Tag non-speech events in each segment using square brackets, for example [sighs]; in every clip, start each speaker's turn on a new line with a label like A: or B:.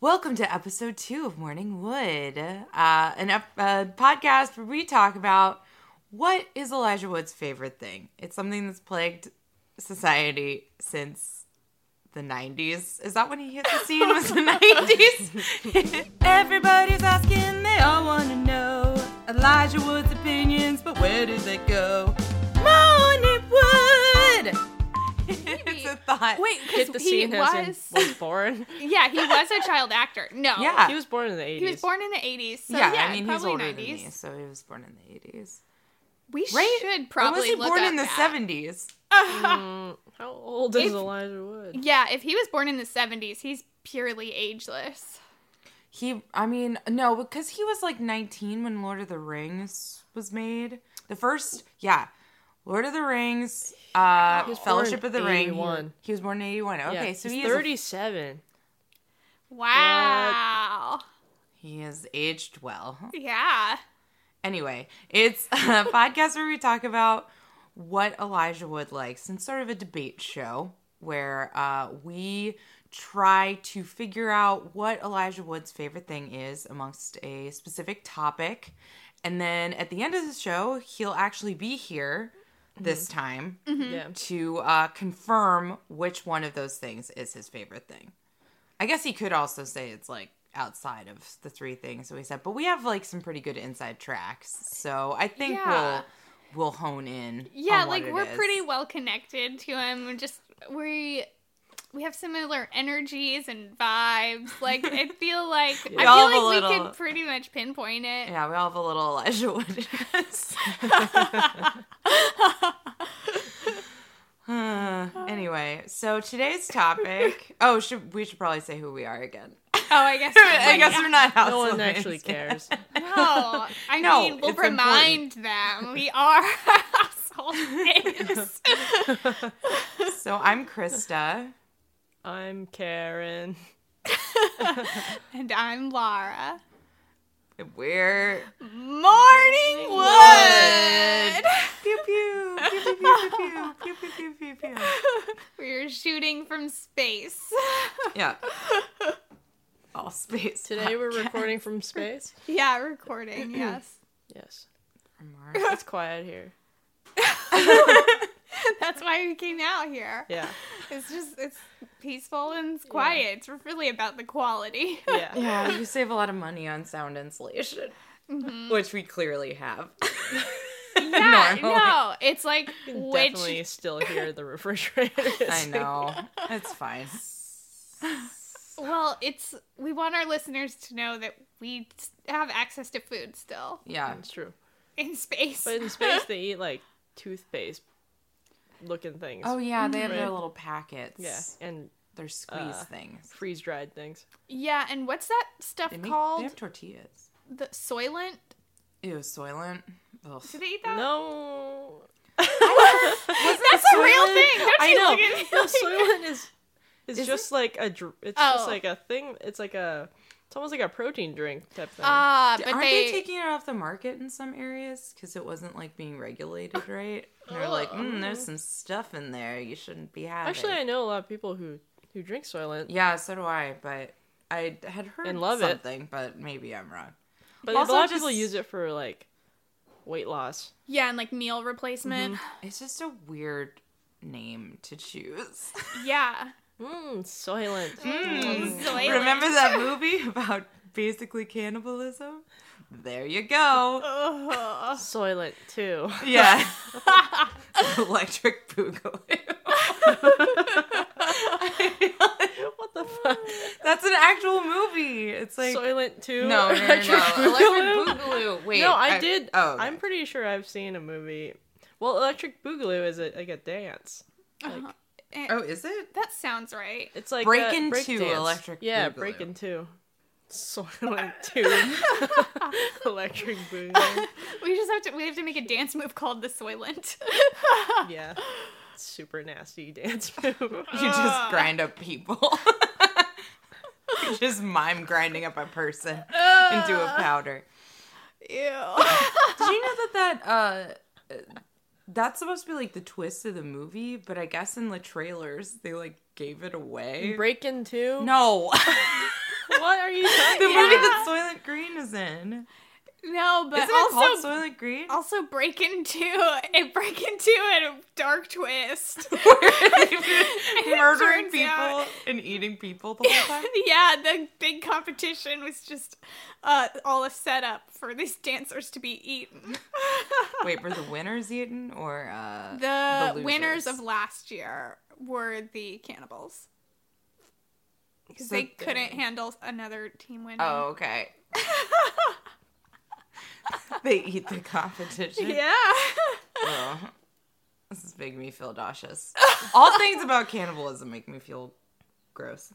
A: Welcome to episode two of Morning Wood, uh, an ep- uh, podcast where we talk about what is Elijah Wood's favorite thing. It's something that's plagued society since the 90s. Is that when he hit the scene? Was the 90s? [laughs] Everybody's asking, they all want to know Elijah Wood's opinions, but where do they go? Morning Wood! [laughs] it's a thought.
B: Wait,
C: Hit the
B: because he
C: scene
B: was,
C: was, in, was born.
B: yeah, he was a child actor. No,
A: [laughs] Yeah.
C: he was born in the 80s.
B: he was born in the eighties. So
A: yeah,
B: yeah,
A: I mean, he's
B: probably
A: older
B: nineties.
A: than me, so he was born in the 80s.
B: We
A: Right?
B: should probably
A: when was he
B: look
A: born
B: up
A: in the
B: that.
A: 70s?
C: Mm, how old is
B: If-
C: Elijah Wood?
B: [laughs] Yeah, if he was born in the seventies, he's purely ageless.
A: He, I mean, no, because he was like 19 when Lord of the Rings was made. The first, yeah, Lord of the Rings, uh,
C: was born
A: Fellowship of the
C: in
A: Ring.
C: 81.
A: He was born in 81. Okay,
C: Yeah,
A: so
C: he's
A: he is,
C: 37.
B: Wow.
A: he is aged well.
B: Yeah.
A: Anyway, it's [laughs] a podcast where we talk about what Elijah Wood likes and sort of a debate show where uh, we try to figure out what Elijah Wood's favorite thing is amongst a specific topic. And then at the end of the show, he'll actually be here this time
C: Yeah.
A: to uh, confirm which one of those things is his favorite thing. I guess he could also say it's like outside of the three things that we said, but we have like some pretty good inside tracks, so I think
B: Yeah.
A: we'll we'll hone in.
B: Yeah,
A: on what
B: like
A: it
B: we're
A: is.
B: pretty well connected to him. We're Just we we have similar energies and vibes.
A: [laughs]
B: Like I feel like
A: We all have
B: I
A: a
B: feel like we
A: little-
B: could pretty much pinpoint it.
A: Yeah, we all have a little Elijah Wood. in [laughs] us. Huh. Uh, anyway, so today's topic. Oh, should we should probably say who we are
B: [laughs]
A: again?
B: Oh, I guess
A: [laughs] I guess we're not.
C: No
A: household
C: one
A: names
C: actually
A: yet. [laughs]
C: cares.
B: No, Oh, I
A: No,
B: mean we'll
A: it's
B: remind them we are [laughs] household names. [laughs]
A: So I'm Krista.
C: I'm Karen.
B: and I'm Lara.
A: We're
B: Morning
A: Wood.
B: [laughs] Wood.
A: pew pew pew pew pew pew pew pew pew pew pew.
B: We're shooting from space. [laughs]
A: Yeah. All space.
C: Today we're recording from space.
B: yeah, recording. Yes,
C: Yes.
A: from Mars.
C: It's quiet here.
B: that's why we came out here.
C: Yeah.
B: It's just it's peaceful and it's quiet. It's really about the quality.
C: Yeah.
A: Yeah, you save a lot of money on sound insulation, which we clearly have.
B: [laughs]
A: [laughs]
B: Yeah,
A: Normally.
B: no, it's like
C: You can
B: which
C: Definitely still hear the refrigerator. [laughs]
A: I know. It's fine.
B: Well, it's we want our listeners to know that we s- have access to food still
A: Yeah.
C: It's true.
B: in space.
C: But in space, they eat like toothpaste looking things.
A: Oh yeah, they have their
C: Right.
A: little packets.
C: yeah. And
A: Their squeeze
C: Uh,
A: things.
C: freeze dried things.
B: [laughs] yeah, and what's that stuff
A: They make
B: called?
A: they have tortillas.
B: The Soylent?
A: Ew, Soylent. Ugh.
B: Do they eat that? [laughs]
C: No.
A: [laughs]
B: that's a real thing. Don't
C: [laughs] I
B: you
C: know.
B: look at me
C: No,
B: like [laughs] that?
C: Soylent is is,
A: Is
C: just like a dr- it's
B: Oh.
C: just like a thing. It's like a it's almost like a protein drink type thing.
A: Uh,
B: Ah, but
A: Aren't
B: they,
A: they... taking it off the market in some areas because it wasn't like being regulated right? And they're like,
B: Ugh.
A: mm, there's some stuff in there you shouldn't be having.
C: Actually, Oh. I know a lot of people who who drink Soylent,
A: yeah, so do I, but I had heard
C: And love it.
A: something, but maybe I'm wrong.
C: but
A: Also
C: a lot of
A: just-
C: people use it for like weight loss.
B: yeah, and like meal replacement.
A: It's just a weird name to choose.
B: [laughs] Yeah.
C: Mmm, Soylent.
A: Mm. [laughs]
B: Soylent.
A: Remember that movie [laughs] about basically cannibalism? There you
C: [laughs]
A: go.
B: Ugh.
C: Soylent too. [laughs]
A: Yeah. [laughs] Electric
C: [laughs]
A: Boogaloo. [laughs]
C: what the fuck?
A: That's an actual movie. It's Mm. like [laughs]
C: Soylent too.
A: No, no, no,
C: [laughs]
A: no.
C: Electric Boogaloo?
A: Electric Boogaloo. Wait,
C: No, I did.
A: Oh, okay.
C: I'm pretty sure I've seen a movie. Well, Electric Boogaloo is a, like a dance.
B: Eh,
A: oh, is it?
B: That sounds right.
C: It's like
A: Break
C: uh,
A: into
C: break dance.
A: Electric
C: Yeah,
A: Boogaloo.
C: break into. Soylent [laughs] two. [laughs] electric Boogaloo.
B: We just have to we have to make a dance move called the Soylent. [laughs]
C: Yeah, super nasty dance [laughs] move.
A: You just grind up people. [laughs] you just mime grinding up a person into a powder.
B: Ew.
A: Did you know that that uh that's supposed to be like the twist of the movie, but I guess in the trailers they like gave it away.
C: Break into.
A: no. [laughs]
C: What?
A: the movie
B: Yeah.
A: that Soylent Green is in.
B: [laughs] No, but
A: Isn't it called
B: also
A: Soylent Green?
B: also break into [laughs] it break into a dark twist.
A: Where [laughs] they've been
B: it
A: murdering
B: turns
A: people
B: out-
A: and eating people the whole
B: [laughs]
A: time.
B: yeah, the big competition was just uh, all a setup for these dancers to be eaten.
A: Wait, were the winners eaten or uh,
B: the
A: the
B: winners
A: losers.
B: of last year were the cannibals because
A: So
B: they
A: they-
B: couldn't handle another team winning.
A: Oh, okay. they eat the competition.
B: [laughs] yeah. [laughs]
A: Oh, this is making me feel nauseous. All things about cannibalism make me feel gross.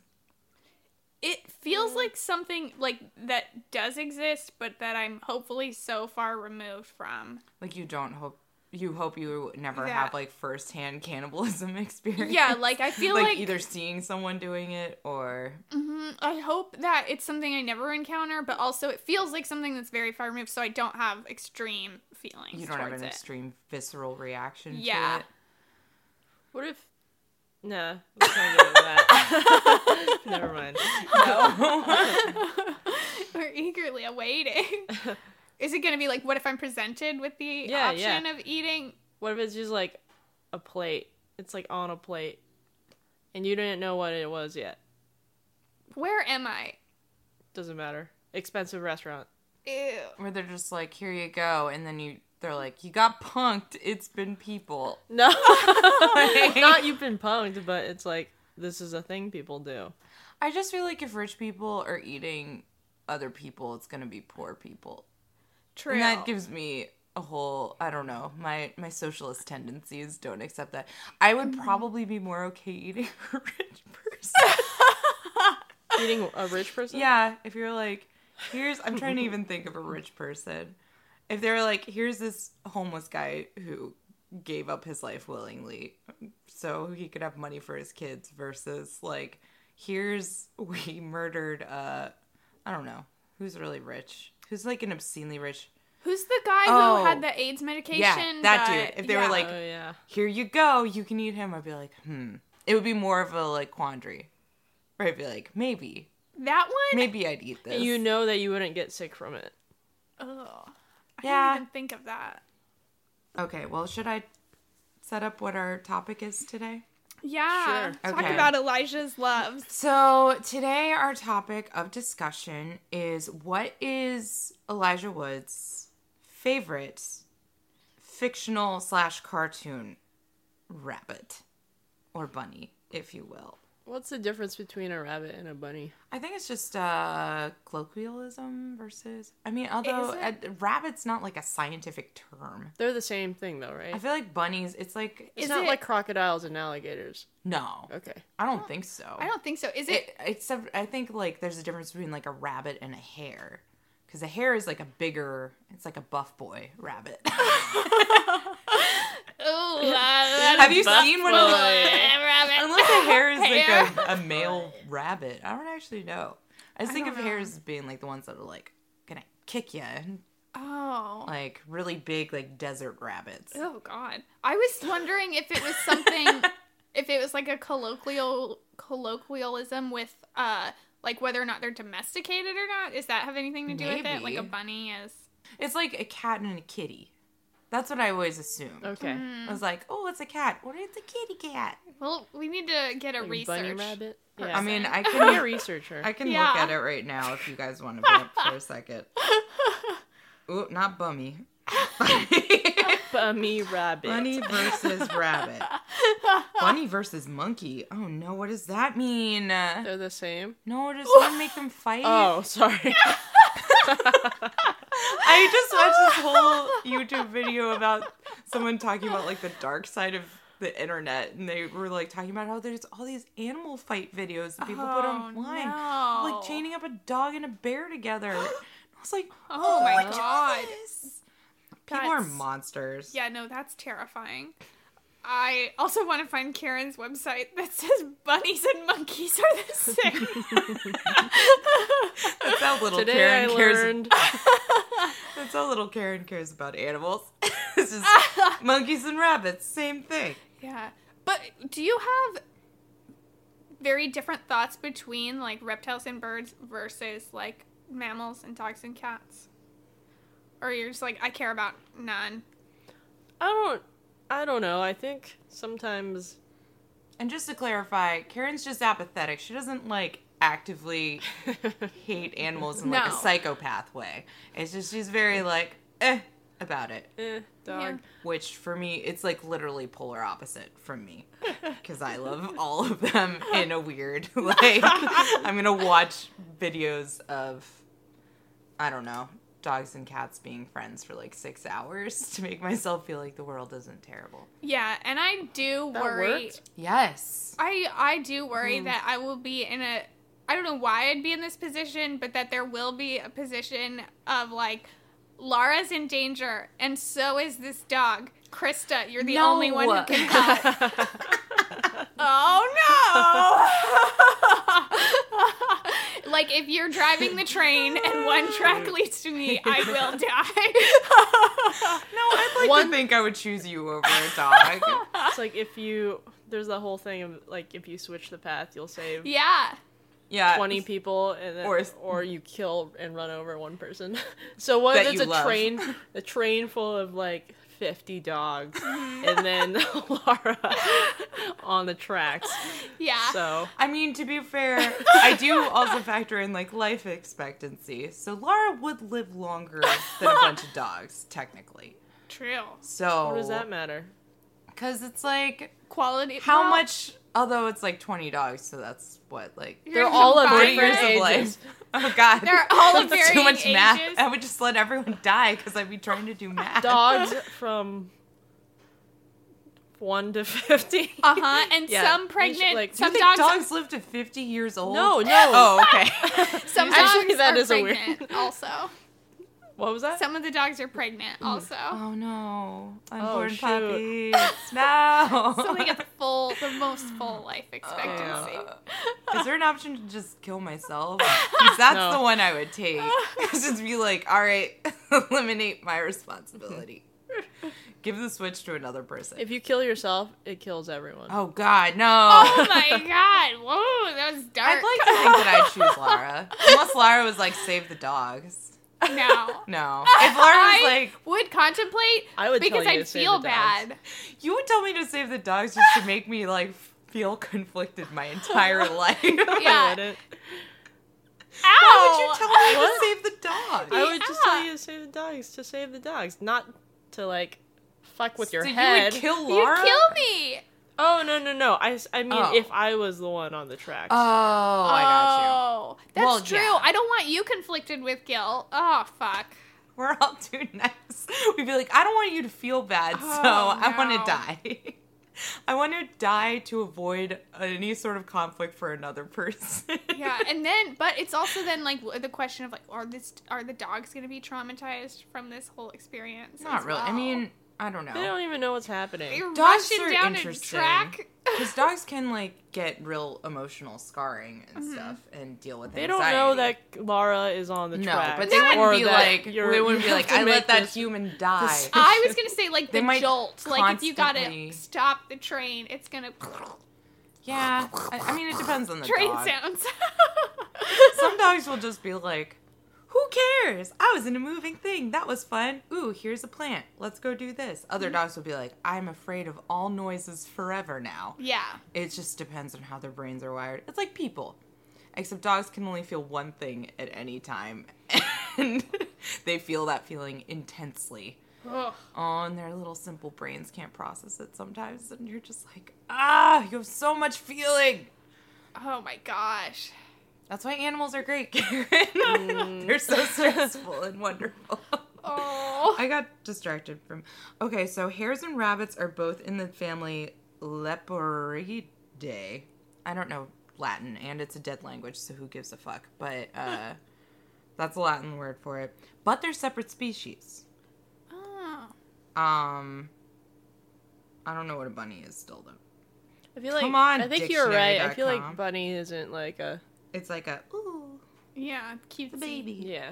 B: It feels like something like that does exist, but that I'm hopefully so far removed from.
A: Like you don't hope you hope you never
B: Yeah.
A: have like firsthand cannibalism [laughs] experience.
B: Yeah, like I
A: [laughs]
B: feel
A: like,
B: like,
A: either seeing someone doing it or
B: Mhm, I hope that it's something I never encounter, but also it feels like something that's very far removed, so I don't have extreme feelings.
A: you don't have
B: towards
A: an
B: it.
A: extreme visceral reaction to
B: Yeah. [laughs]
A: it.
C: What if? Nah, let's not get
A: [laughs]
C: into that. Never mind.
B: [laughs] We're
A: [laughs]
B: eagerly awaiting. Is it going to be like, what if I'm presented with the
C: Yeah,
B: option of eating?
C: What if it's just like a plate? It's like on a plate, and you didn't know what it was yet.
B: Where am I?
C: Doesn't matter. Expensive restaurant.
B: Ew.
A: Where they're just like, here you go, and then you they're like, You got punked, it's been people.
C: [laughs] No,
A: Like-
C: not you've been punked, but it's like this is a thing people do.
A: I just feel like if rich people are eating other people, it's gonna be poor people.
B: True.
A: And that gives me a whole I don't know, my my socialist tendencies don't accept that. I would probably be more okay eating [laughs] a rich person.
C: Eating a rich
A: [laughs]
C: person.
A: yeah, if you're like, here's I'm trying to even think of a rich person. If they were like, here's this homeless guy who gave up his life willingly so he could have money for his kids versus like here's [laughs] we murdered uh I don't know, who's really rich? Who's like an obscenely rich
B: Who's the guy
A: Oh.
B: who had the AIDS medication?
A: Yeah, that dude. If they were,
B: yeah.
A: like-
C: Oh yeah.
A: here you go, you can eat him. I'd be like, hmm. It would be more of a like quandary. Where I'd be like, maybe,
B: that one.
A: maybe I'd eat this.
C: You know that you wouldn't get sick from it.
B: Ugh. I
A: Yeah.
B: didn't even think of that.
A: okay, well, should I set up what our topic is today?
B: Yeah.
C: Sure.
B: Talk
A: Okay.
B: about Elijah's loves.
A: So today, our topic of discussion is what is Elijah Wood's favorite fictional slash cartoon rabbit or bunny, if you will.
C: What's the difference between a rabbit and a bunny?
A: I think it's just uh, colloquialism versus. I mean, although uh,
B: Is
A: rabbit's not like a scientific term.
C: They're the same thing though,
A: I
C: right?
A: feel like bunnies. It's like
C: It's
B: Is
C: not
B: it-
C: like crocodiles and alligators.
A: no.
C: Okay.
A: I don't think so.
B: I don't think so. Is it?
A: It, except I think like there's a difference between like a rabbit and a hare, because a hare is like a bigger. It's like a buff boy rabbit. [laughs]
B: Oh,
A: Have you seen one of the?
B: rabbit?
A: Unless a hare is like
B: Hare.
A: a, a male rabbit. I don't actually know. I just think
B: don't
A: of
B: know.
A: hares as being like the ones that are like gonna kick you and
B: Oh.
A: like really big like desert rabbits.
B: Oh God, I was wondering if it was something, if it was like a colloquial colloquialism with, uh, like whether or not they're domesticated or not. Does that have anything to do with it? Like a
A: Maybe.
B: bunny is.
A: It's like a cat and a kitty. That's what I always assume.
C: Okay.
B: Mm-hmm.
A: I was like, oh, it's a cat. What is a kitty cat?
B: Hmm. Well, we need to get a
C: Like
B: research.
C: Bunny rabbit.
A: I
C: [laughs]
A: mean, I [laughs]
C: I'm a
A: can
C: researcher.
A: I can
B: Yeah.
A: look at it right now if you guys want to be up for a second. Ooh, not bummy. [laughs]
C: Bunny [laughs] rabbit.
A: Bunny versus rabbit. Bunny versus monkey. Oh no, what does that mean? No,
C: They're the same.
A: does one make them fight?
C: Oh, [laughs] sorry.
A: I just watched this whole
B: [laughs]
A: YouTube video about someone talking about like the dark side of the internet, and they were like talking about how there's all these animal fight videos that people put
B: Oh,
A: online,
B: no.
A: like chaining up a dog and a bear
B: [gasps]
A: together. And I was like,
B: Oh, my
A: do
B: God.
A: this? People are
B: That's-
A: monsters.
B: Yeah, [laughs] no, that's terrifying. I also want to find Karen's website that says bunnies and monkeys are the same.
A: [laughs] That's
B: [laughs]
A: how little
C: Today
A: Karen
C: I
A: cares.
C: [laughs] learned
A: That's how little Karen cares about animals. [laughs] it's
B: [laughs]
A: just monkeys and rabbits, same thing.
C: [laughs]
B: Yeah. But do you have very different thoughts between like reptiles and birds versus like mammals and dogs and cats? Or you're just like, I care about none.
C: I don't. I don't know. I think sometimes
A: And just to clarify, Karen's just apathetic. She doesn't like actively [laughs] hate animals in like a
B: No.
A: psychopath way. It's just she's very like eh about it.
C: [laughs] Eh, dog.
A: Which for me, it's like literally polar opposite from [laughs] me because I love all of them in a weird [laughs] like. I'm gonna watch videos of I don't know dogs and cats being friends for like six hours [laughs] to make myself feel like the world isn't terrible.
B: Yeah, and I do
C: That Hmm.
B: worry.
A: [laughs]
C: worked?
A: Yes.
B: I I do worry that I will be in a I don't know why I'd be in this position, but that there will be a position of like Lara's in danger and so is this dog. Krista, you're the
A: No.
B: only one who can
C: [laughs]
B: help. oh no. like if you're driving the train and one
C: [laughs]
B: track leads to me, I will die.
A: No, I'd like
C: One-
A: to think I would choose you over a
C: [laughs]
A: dog.
C: it's like if you. There's the whole thing of like if you switch the path, you'll save
B: yeah.
A: yeah.
C: twenty people, and then,
A: Or-
C: or you kill and run over one person. [laughs] So what
A: That
C: if it's
A: you
C: a
A: love.
C: train,
A: [laughs]
C: a train full of like fifty dogs,
A: Mm-hmm.
C: and then Laura [laughs] on
A: [laughs]
C: the tracks.
B: Yeah.
C: So
A: I mean, to be fair, I do also factor in like life expectancy. So Lara would live longer than a bunch of dogs, technically.
B: True.
A: So
C: what does that matter?
A: Because it's like
B: Quality
A: how
B: well,
A: much? Although it's like twenty dogs, so that's what like
B: You're
C: They're
B: gonna
C: all of
A: forty
B: combine Fine.
A: years
C: different
A: of life.
C: ages.
A: Oh God,
B: They're all
A: [laughs]
B: of
A: that's too
B: varying
A: much math.
B: ages.
A: I would just let everyone die because I'd be trying to do math. [laughs]
C: Dogs from one
A: [laughs]
C: to fifty.
B: Uh
C: [laughs]
B: huh. And
C: Yeah,
B: some
C: you should,
B: pregnant,
C: like-
A: Do you
C: [laughs]
B: some
A: think
B: dogs,
A: dogs, live to fifty years old? [laughs]
C: No, no.
A: Oh, okay.
B: [laughs] some dogs
C: Actually, that
B: are
C: is a weird-
A: [laughs]
C: [laughs]
B: pregnant. Also,
C: What was that?
B: some of the dogs are pregnant.
C: Mm.
B: Also,
A: Oh no, unborn
C: shoot.
A: puppies. No.
B: Oh, [laughs] so they
A: [laughs]
C: [laughs]
B: get the full, the most full
C: Oh.
B: life expectancy.
A: Uh, Is there an option to just kill
B: [laughs]
A: myself? 'Cause that's
C: No.
A: the one I would take. just be like, all right, [laughs] eliminate my
B: [laughs]
A: responsibility. Give the switch to another person.
C: If you kill yourself, it kills everyone.
A: oh God, no. [laughs]
B: oh my god! Whoa, that
C: [laughs]
B: was dark.
A: I'd like to think that I'd choose Lara, unless Lara was like, save the dogs.
B: [laughs]
C: [laughs]
B: no.
A: No, if Lara was
B: [laughs] I
A: like,
B: would contemplate
C: I would tell
B: because
C: you
B: I'd
C: to save
B: feel
C: the dogs.
B: bad.
A: you would tell me to save the dogs just to make me like feel conflicted my
B: [laughs]
A: entire life.
B: Yeah.
C: I wouldn't.
B: Ow!
A: Why would you tell me
C: Oh,
A: to save the
B: [laughs]
C: What?
A: dogs?
C: I would just tell
B: Yeah.
C: you to save the dogs, to save the dogs, not to like fuck with your
A: so
C: head.
A: you would kill
B: You'd
A: Lara?
B: kill me.
C: oh no no no! I, s- I mean,
A: Oh.
C: if I was the one on the tracks,
A: Oh, I got you.
B: Oh, that's
A: Well,
B: true.
A: yeah.
B: I don't want you conflicted with Gil. Oh fuck.
A: We're all too nice. We'd be like, I don't want you to feel bad, so
B: Oh,
A: I want
B: no.
A: to die. [laughs] I want to die to avoid any sort of conflict for another person. [laughs]
B: yeah and then but it's also then like w- the question of like are this are the dogs going to be traumatized from this whole experience
A: Not
B: as
A: really. I
B: well?
A: mean, I don't
C: they
A: know.
C: don't even know what's happening.
B: you're
A: Dogs
B: rushing
A: are
B: down a
A: interesting. [laughs]
B: track
A: Because dogs can, like, get real emotional scarring and stuff and deal with
C: Mm-hmm. They don't
A: anxiety.
C: know that Laura is on the
A: No,
C: tracks.
A: but they wouldn't
C: or
A: be
C: that
A: like,
C: you're-
A: they wouldn't be
C: [laughs] you
A: like,
C: have to
A: I
C: make
A: let that
C: this-
A: human die.
C: this-
B: i was going to say like
A: They
B: the
A: might
B: jolt like if you
A: constantly-
B: gotta stop the train it's going to [laughs]
A: yeah. I, I mean, it depends on the
B: train
A: dog.
B: sounds [laughs]
A: Some dogs will just be like, who cares? I was in a moving thing. That was fun. Ooh, here's a plant. Let's go do this. Other dogs will be like, I'm afraid of all noises forever now.
B: yeah
A: It just depends on how their brains are wired. It's like people, except dogs can only feel one thing at any time. [laughs] And they feel that feeling intensely.
B: Ugh.
A: Oh, and their little simple brains can't process it sometimes. And you're just like, ah, you have so much feeling.
B: oh my gosh
A: That's why animals are great, [laughs] Karen. They're [laughs] so stressful and wonderful.
B: oh
A: I got distracted from. Okay, so hares and rabbits are both in the family Leporidae. I don't know Latin, and it's a dead language, so who gives a fuck? But [laughs] uh, that's a Latin word for it. But they're separate species.
B: Oh.
A: Um, I don't know what a bunny is still though.
C: I feel like
A: Come on,
C: I think you're right. I feel
A: dictionary.com.
C: like Bunny isn't like a
A: It's like a ooh
B: yeah cute
A: [laughs]
C: yeah.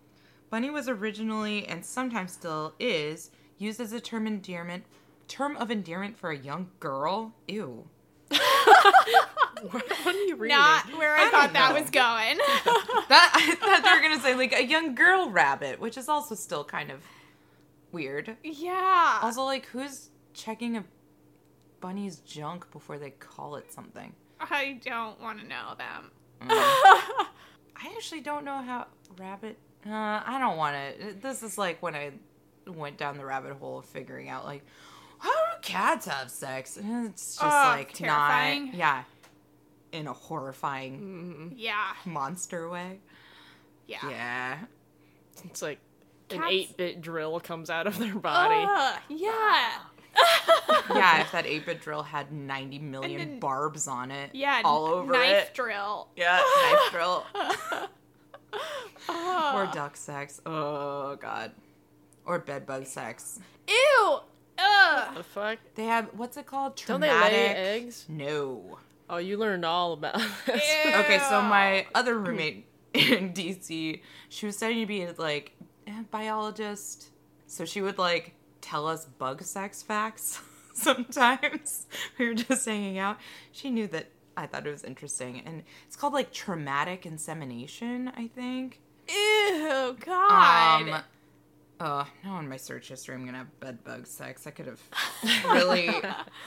C: [laughs]
A: Bunny was originally and sometimes still is used as a term endearment term of endearment for a young girl. Ew.
C: what are you reading?
B: not where i,
A: I
B: thought
A: don't
B: that
A: know.
B: was going [laughs]
A: That I thought they were gonna or like a young girl rabbit, which is also still kind of weird.
B: Yeah.
A: Also, like, who's checking a bunny's junk before they call it something?
B: I don't want to know them.
A: I actually don't know how rabbit. Uh, I don't want to. This is like when I went down the rabbit hole of figuring out like how do cats have sex? And It's just
B: Oh,
A: like
B: terrifying.
A: not yeah, in a horrifying
B: yeah.
A: monster way.
B: Mm. Yeah. [laughs]
A: Yeah,
C: It's like an
B: Cats- Ah.
C: 8 bit drill comes out of their body.
B: Ugh, yeah.
A: yeah. if that eight bit drill had ninety million
B: then-
A: barbs on it,
B: Yeah.
A: all over
B: knife
A: it.
B: drill. [laughs]
A: Yeah, knife drill
B: Ugh. [laughs]
A: or duck sex. Oh god, or bed bug sex.
B: Ew. Ugh.
C: the fuck?
A: They have what's it called?
C: Don't they
A: Traumatic.
C: lay eggs?
A: No.
C: Oh, you learned all about [laughs] this.
B: Ew.
A: Okay, so my other roommate [laughs] in DC, she was studying to be like a biologist. So she would like tell us bug sex facts [laughs] sometimes. we were just hanging out. She knew that I thought it was interesting. And it's called like traumatic insemination, I think.
B: Ew. God.
A: Um Oh, now in my search history I'm gonna have bed bug sex. I could
B: [laughs]
A: have really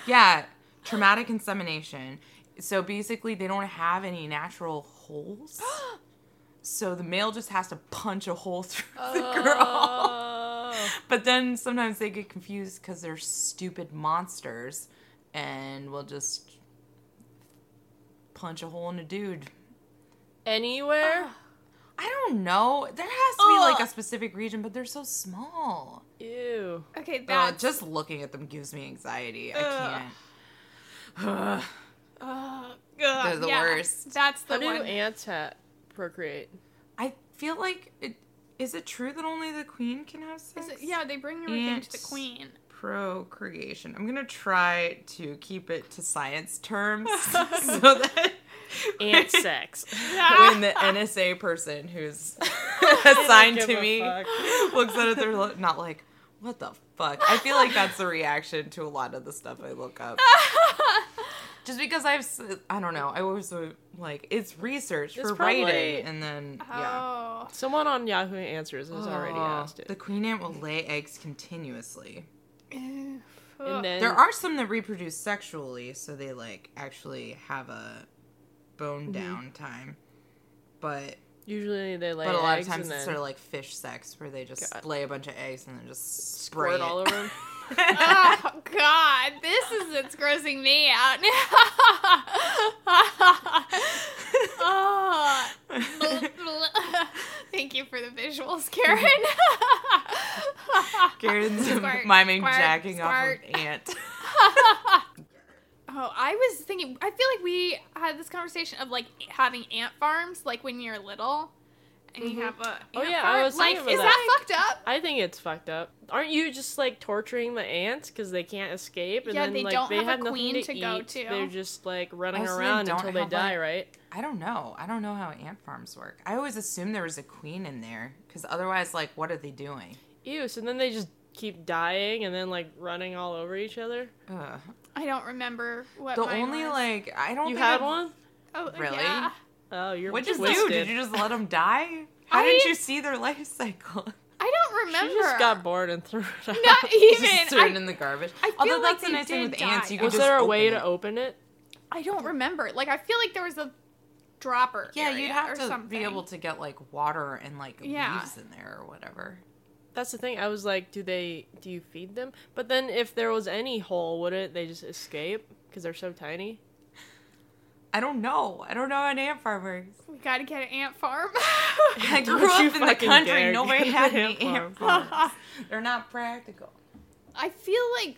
A: Yeah. Traumatic insemination. So basically they don't have any natural
B: [gasps]
A: holes. So the male just has to punch a hole through the
C: Ah.
A: girl. [laughs]
B: Oh.
A: But then sometimes they get confused because they're stupid monsters and will just punch a hole in a dude.
B: Ah.
C: Anywhere?
A: I don't know. There has to be like a
B: Ugh.
A: specific region, but they're so small.
C: Ew.
B: Okay,
A: Uh,
B: that's
A: just looking at them gives me anxiety.
B: Ugh.
A: I can't. [sighs]
B: Ugh,
A: They're the
B: yeah,
A: worst.
B: That's the
C: How do
B: one.
C: ants ha-
B: [laughs]
C: procreate?
A: I feel like it. Is it true that only the queen can have sex?
B: Is it- yeah, they bring everything to the
A: Ants.
B: queen.
A: Procreation. I'm gonna try to keep it to science
B: [laughs]
A: terms [laughs] so that
C: Ant sex.
B: [laughs]
A: when the NSA person
C: [laughs]
A: who's assigned
C: Give
A: to
C: a
A: me [laughs]
C: fuck.
A: looks at it, they're lo- not like, "What the fuck?" I feel like that's the reaction to a lot of the stuff I look
C: [laughs]
A: up. Just because I've, s- I don't know, I always uh, like it's research
C: It's
A: for
C: probably-
A: writing, and then yeah.
B: Oh.
C: Someone on Yahoo Answers has already
A: Oh,
B: Ah.
C: asked it.
A: The queen ant will lay eggs continuously.
B: Ew.
C: and then
A: There are some that reproduce sexually, so they like actually have a
C: Mm-hmm.
A: bone down time. But
C: usually they lay
A: but a lot of
C: eggs
A: times
C: and
A: it's
C: then
A: sort of like fish sex, where they just
C: God.
A: lay a bunch of eggs and then just spray
C: squirt
A: it.
C: all over
B: [laughs]
C: them.
B: [laughs] oh God, this is it's grossing me out. [laughs] oh.
A: [laughs]
B: [laughs] Thank you for the visuals, Karen. [laughs]
A: Karen's [laughs]
B: Squirt,
A: miming
B: squirt,
A: jacking off
B: squirt.
A: of ant.
B: [laughs] Oh, I was thinking. I feel like we had this conversation of like having ant farms, like when you're little, and
A: Mm-hmm.
B: you have a.
C: Oh,
B: ant
C: yeah, I
B: farm.
C: was
B: like,
C: thinking
B: is
C: about
B: that,
C: that.
B: fucked up?
C: I think it's fucked up. Aren't you just like torturing the ants because they can't escape? And
B: Yeah,
C: then,
B: they
C: like,
B: don't
C: they
B: have a
C: have nothing
B: queen to go
C: eat.
B: to.
C: They're just like running
A: Also, they
C: around
A: don't
C: until they
A: have,
C: die,
A: like-
C: right?
A: I don't know. I don't know how ant farms work. I always assumed there was a queen in there, because otherwise, like, what are they doing?
C: Ew. So then they just keep dying and then like running all over each other.
A: Ugh.
B: I don't remember what.
A: The
B: mine
A: only
B: was.
A: like I don't
C: You
A: think
C: had
A: I've-
C: one?
B: Oh,
A: really?
B: Yeah.
C: Oh, you're
A: What'd you
C: twisted.
A: do? Did you just let them
B: [laughs]
A: die? How
B: I-
A: did you see their life cycle? [laughs]
B: I don't remember.
C: She just got bored and threw it out.
B: [laughs] Not
A: just
B: even.
A: throw it
B: I,
A: in the garbage.
B: I feel
A: Although
B: like
A: that's the
B: they
A: nice thing
B: did
A: with ants,
B: die.
A: you can
C: Was
A: just
C: there a way
A: open
C: to
A: it.
C: open it?
B: I don't remember. Like I feel like there was a dropper.
A: Yeah,
B: area
A: you'd have
B: or
A: to
B: something.
A: be able to get like water and like
B: Yeah.
A: leaves in there or whatever.
C: That's the thing. I was like, do they? Do you feed them? But then, if there was any hole, wouldn't they just escape? Because they're so tiny.
A: I don't know. I don't know how an ant farm
C: [laughs]
A: works.
B: We gotta get an ant farm. [laughs]
A: I grew
C: Don't you
A: up in the
C: fucking
A: country.
C: dare
A: Nobody
C: get
A: had
C: an
A: any
C: ant
A: ant
C: farm.
A: farms. [laughs] They're not practical.
B: I feel like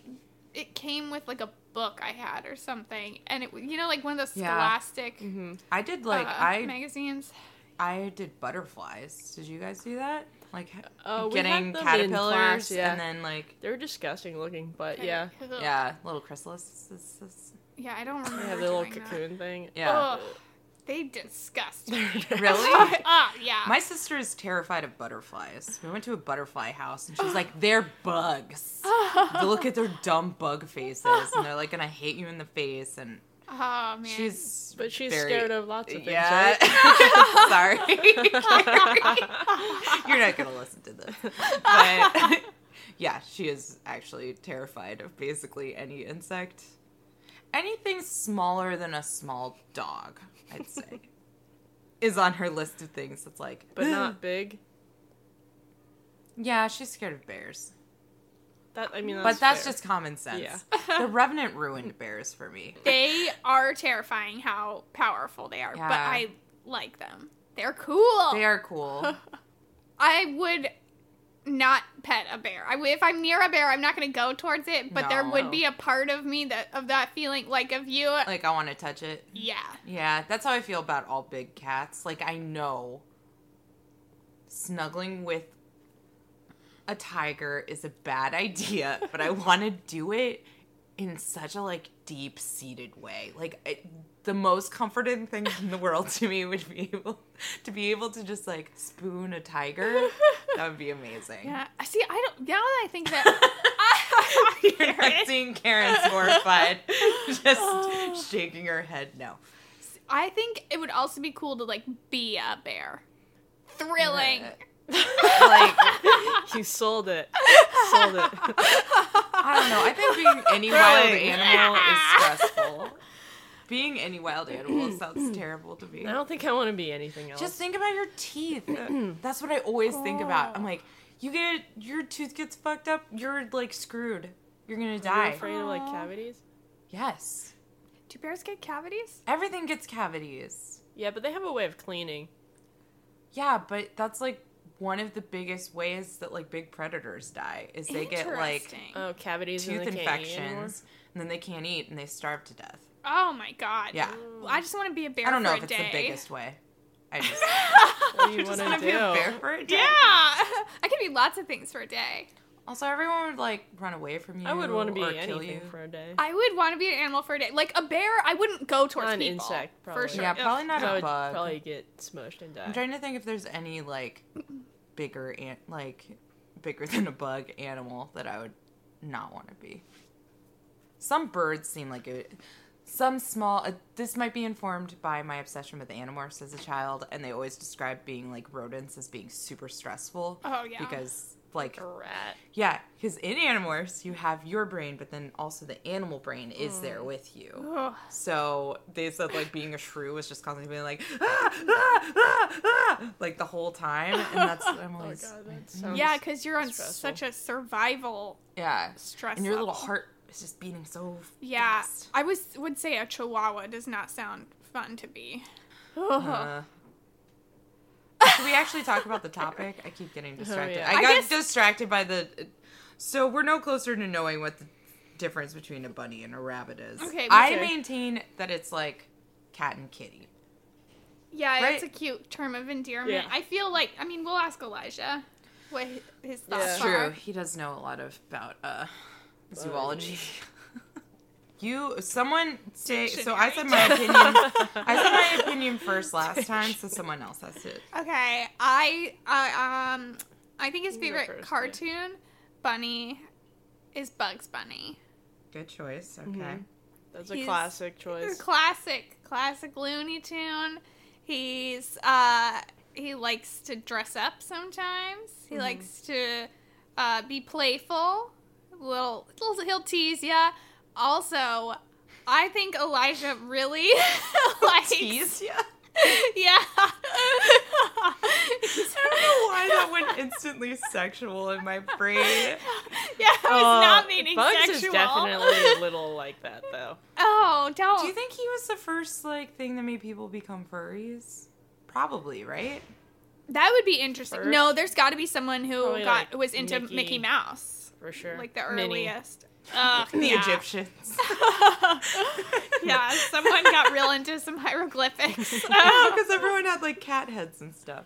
B: it came with like a book I had or something, and it you know like one of those
A: Yeah.
B: Scholastic
A: I did like
B: uh,
A: I
B: magazines.
A: I did butterflies. Did you guys do that? Like
C: Oh, we had
A: getting
C: them in
A: caterpillars
C: class, yeah.
A: and then like
C: They're disgusting looking, but yeah,
B: Ugh.
A: yeah, little
C: [laughs]
A: chrysalises.
B: Yeah, I don't remember.
C: they have the little
B: doing that.
C: cocoon thing. Oh, [laughs]
A: Yeah.
B: Ugh, they disgust.
A: [laughs]
B: me.
A: Really?
B: Ah, yeah.
A: My sister is terrified of butterflies. We went to a butterfly house and she's like, they're bugs. You look at their dumb bug faces and they're like gonna hate you in the face and
B: Oh man.
A: She's
C: [laughs]
A: [laughs]
C: But she's
A: very-
C: scared of lots of things,
A: Yeah. [laughs]
C: right?
A: Sorry. [laughs] You're not gonna listen to this. But [laughs] yeah, she is actually terrified of basically any insect. Anything smaller than a small dog, I'd
C: [laughs]
A: say. is on her list of things that's like
C: But not big.
A: Yeah, she's scared of bears.
C: That I mean, that's
A: but that's
C: fair.
A: just common sense.
C: [laughs]
A: the Revenant ruined bears for me.
B: [laughs] they are terrifying how powerful they are, but
A: Yeah.
B: I like them. They're cool.
A: They are cool.
B: I would not pet a bear. I would, if I'm near a bear, I'm not going to go towards it, but there
A: No.
B: would be a part of me that of that feeling like of you.
A: Like I wanna touch it.
B: yeah.
A: Yeah, that's how I feel about all big cats. Like I know snuggling with a tiger is a bad [laughs] idea, but I want to do it in such a like deep-seated way. Like I, the most comforting thing in the world to me would be able to be able to just like spoon a tiger. That would be amazing.
B: Yeah. See, I don't now that [laughs] I think that
A: [laughs] You're not seeing Karen's horrified, [laughs] just shaking her head no.
B: I think it would also be cool to like be a bear. Thrilling.
A: Like
C: [laughs] you sold it,
A: [laughs]
C: sold it. [laughs]
A: I don't know. I think being any wild
C: Really?
A: animal is stressful. Being any wild [clears throat] animal sounds terrible to me.
C: I don't think I want to be anything else.
A: Just think about your teeth. That's what I always think about. I'm like, you get your tooth gets fucked up, you're like screwed. You're gonna
C: Are
A: die.
C: you afraid of like cavities?
A: yes.
B: Do bears get cavities?
A: Everything gets cavities.
C: Yeah, but they have a way of cleaning.
A: Yeah, but that's like one of the biggest ways that like big predators die is they get like
B: Interesting.
C: Oh, cavities and
A: tooth
C: they can't eat anymore?
A: infections and then they can't eat and they starve to death.
B: oh my god.
A: Yeah.
B: Well, I just want to be a bear
A: I don't know
B: for
A: if
B: a
A: it's
B: day.
A: the biggest way.
B: [laughs]
A: I just
C: What do you
A: [laughs] Just
C: want to
A: wanna be a bear
C: do?
A: for a day.
B: Yeah. [laughs] I could be lots of things for a day.
A: Also, everyone would like run away from you.
C: I would want to be
A: or kill
C: anything
A: you.
C: for a day.
B: I would want to be an animal for a day. Like a bear, I wouldn't go towards
C: Not an
B: people.
C: insect,
B: For
C: probably.
B: sure.
A: yeah,
B: Ugh.
A: probably not
C: I
A: a
C: would
A: bug.
C: probably get smushed and die.
A: I'm trying to think if there's any like bigger ant like bigger than a bug animal that I would not want to be. Some birds seem like it. Some small. Uh, this might be informed by my obsession with animorphs as a child, and they always describe being like rodents as being super stressful.
B: Oh, yeah.
A: Because like
C: rat.
A: Yeah, because in Animorphs, you have your brain, but then also the animal brain is
B: Mm.
A: there with you.
B: Ugh.
A: So they said, like, being a shrew was just constantly being like, ah, ah, ah, ah, like the whole time. And that's, I'm
C: Oh my
A: always,
C: god,
A: [laughs]
C: that sounds.
B: Yeah, because you're on
C: stressful.
B: such a survival
A: yeah.
B: stress.
A: And your little
B: level.
A: heart is just beating so
B: Yeah, [laughs]
A: fast.
B: I was would say a chihuahua does not sound fun to be.
A: Uh, should we actually talk about the topic? I keep getting distracted.
C: yeah.
A: I
B: I
A: got
B: guess-
A: distracted by the. So we're no closer to knowing what the difference between a bunny and a rabbit is.
B: Okay, we
A: I
B: did.
A: maintain that it's like cat and kitty.
B: [laughs] yeah,
A: Right.
B: it's a cute term of endearment.
C: Yeah.
B: I feel like I mean we'll ask Elijah what hi- his
C: That's
B: thoughts
A: It's
B: are.
A: true. He does know a lot of about uh, zoology. [laughs] you, someone say. So I said my opinion. I said my opinion first last time, so someone else has to.
B: Okay, I I um I think his
C: You go
B: favorite
C: first, yeah.
B: cartoon bunny is Bugs Bunny.
A: Good choice. Okay.
C: Mhm. That's a
B: He's-
C: classic choice.
B: [laughs] Classic, classic Looney Tune. He's uh he likes to dress up sometimes. He
A: Mm-hmm.
B: likes to uh, be playful. Little, little he'll tease ya. Also, I think Elijah really [laughs] likes
A: Tease ya?
B: [laughs]
A: [laughs]
B: Yeah.
A: why that went instantly sexual in my brain.
B: [laughs] yeah, I was
A: Oh,
B: not
C: Uh,
B: meaning
C: Bugs
B: sexual.
C: is definitely
A: [laughs]
C: a little like that though.
B: [laughs] Oh, don't.
A: Do you think he was the first like thing that made people become furries? Probably, right?
B: That would be interesting.
C: First?
B: No, there's got to be someone who
C: Probably,
B: got
C: like,
B: was into
C: Mickey.
B: Mickey, Mouse,
C: For sure.
B: like the
C: Minnie. [laughs]
B: earliest. Ugh,
A: The
B: yeah.
A: Egyptians.
B: [laughs] yeah, someone got real into some
C: [laughs]
B: hieroglyphics. [laughs]
A: [laughs] Because everyone had like cat heads and stuff.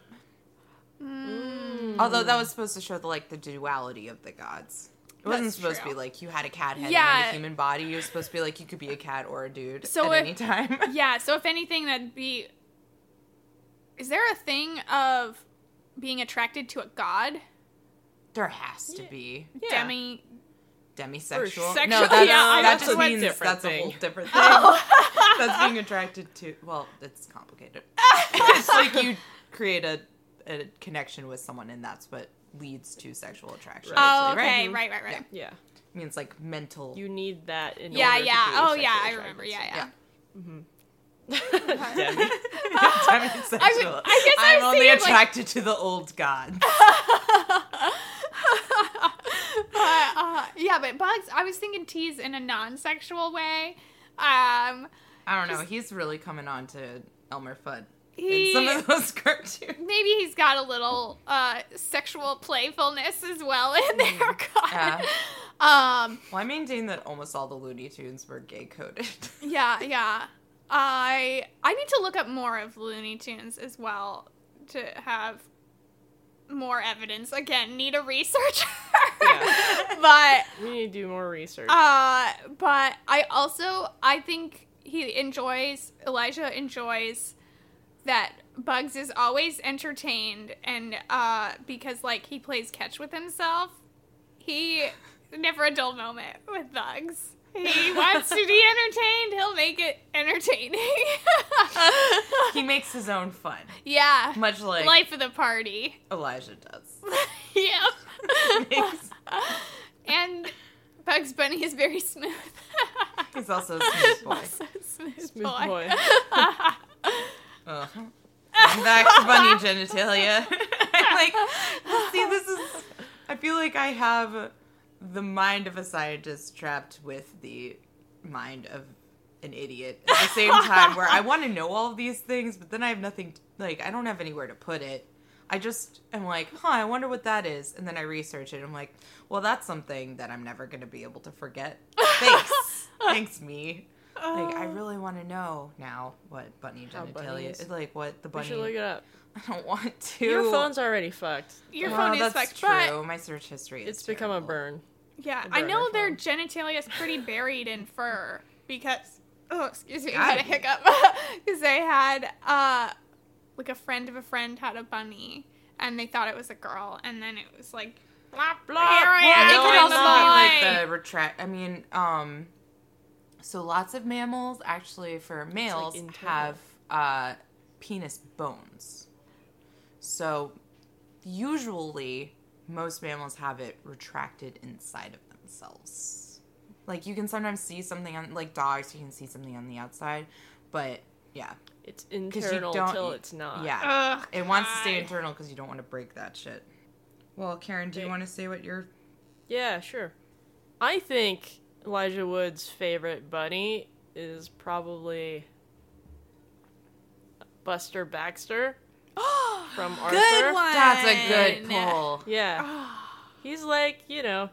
B: Mm.
A: Although that was supposed to show the like the duality of the gods. It wasn't
B: That's
A: supposed
B: true.
A: to be like you had a cat head and
B: Yeah.
A: a human body. It was supposed to be like you could be a cat or a dude
B: So
A: at
B: if-
A: any time. [laughs]
B: yeah, so if anything, that'd be. Is there a thing of being attracted to a god?
A: there has to be.
C: Yeah.
B: Demi.
A: demisexual.
C: sexual-
A: no, that's,
B: yeah,
A: that
B: I
A: just
B: know, that's a Oh.
A: means
C: different
A: that's a
C: thing.
A: whole
B: [laughs]
A: different thing. that's being attracted to. Well, it's complicated.
B: [laughs]
A: it's like you create a, a connection with someone, and that's what leads to sexual attraction.
B: Oh,
A: actually,
B: okay,
A: right?
B: right, right, right.
A: Yeah.
C: Yeah.
A: It means like mental.
C: You need that in
B: Yeah,
C: order to
B: yeah.
C: be
B: Oh, yeah. I
C: sexually
B: remember. Yeah,
C: attracted
A: [laughs]
B: yeah. [laughs]
C: to someone. [laughs] Demi.
A: demisexual.
B: I would- I guess I
A: am
B: was
A: only
B: thinking, like-
A: attracted to the old gods.
B: but, uh, yeah, but bugs. I was thinking tease in a non-sexual way. Um,
A: I don't know. He's really coming on to Elmer Fudd in
B: He-
A: some [laughs] of those cartoons.
B: maybe he's got a little uh, sexual playfulness as well in there. [laughs] God.
A: Yeah.
B: Um,
A: Well, I maintain that almost all the Looney Tunes were gay coded. [laughs]
B: yeah, yeah. I I need to look up more of Looney Tunes as well to have more evidence. Again, need a researcher.
C: Yeah.
B: [laughs] but
C: We need to do more research.
B: Uh, but I also I think he enjoys Elijah enjoys that Bugs is always entertained and uh because like he plays catch with himself, he never a dull moment with Bugs.
A: [laughs]
B: He wants to be entertained. He'll make it entertaining.
A: he makes his own fun,
B: yeah.
A: much like
B: Life of the party. [laughs]
A: Elijah does.
B: yep.
A: [laughs] Makes-
B: and Bugs Bunny is very smooth.
A: He's also a smooth boy.
B: Also a smooth,
C: Smooth boy.
B: [laughs]
A: Ugh. I'm back to bunny genitalia. I'm like, see, this is. I feel like I have the mind of a scientist trapped with the mind of an idiot at the same time, where I want to know all of these things, but then I have nothing. Like, I don't have anywhere to put it. I just am like, huh, I wonder what that is. And then I research it. And I'm like, well, that's something that I'm never going to be able to forget.
C: [laughs]
A: Thanks. Thanks, me. Like I really want to know now what bunny
C: Oh. How
A: genitalia
C: bunnies-
A: is like. What the
C: we
A: bunny? [laughs]
C: should look it up.
A: I don't want to.
C: Your phone's already fucked.
B: Your
A: Well,
B: phone is
A: that's
B: fucked,
A: true.
B: but
A: My search history. Is
C: It's become a
A: terrible.
C: burn.
B: yeah,
C: A
B: I know
C: burner
B: their
C: phone.
B: genitalia is pretty buried in fur because oh, excuse me, I had
A: Gotta
B: a
A: be.
B: hiccup [laughs] because they had uh like a friend of a friend had a bunny and they thought it was a girl and then it was like blah blah. Here I
A: Well,
B: am,
A: it could
B: I'm
A: also
B: a
A: be
B: boy.
A: like the retract. I mean, um, so lots of mammals actually for males
C: internal.
A: have uh, penis bones. So usually most mammals have it retracted inside of themselves. Like you can sometimes see something on like dogs, you can see something on the outside, but yeah,
C: It's
A: because you
C: internal
A: don't
B: e-
C: till it's not.
A: Yeah,
B: Ugh,
A: it wants to
B: God.
A: stay internal because you don't want to break that shit. Well, Karen, do you
C: Wait.
A: want to say what your
C: Yeah, sure. I think Elijah Wood's favorite bunny is probably Buster Baxter from Arthur.
B: Good one. Oh,
A: That's a good
B: Nah.
A: pull.
C: Yeah. He's like, you know,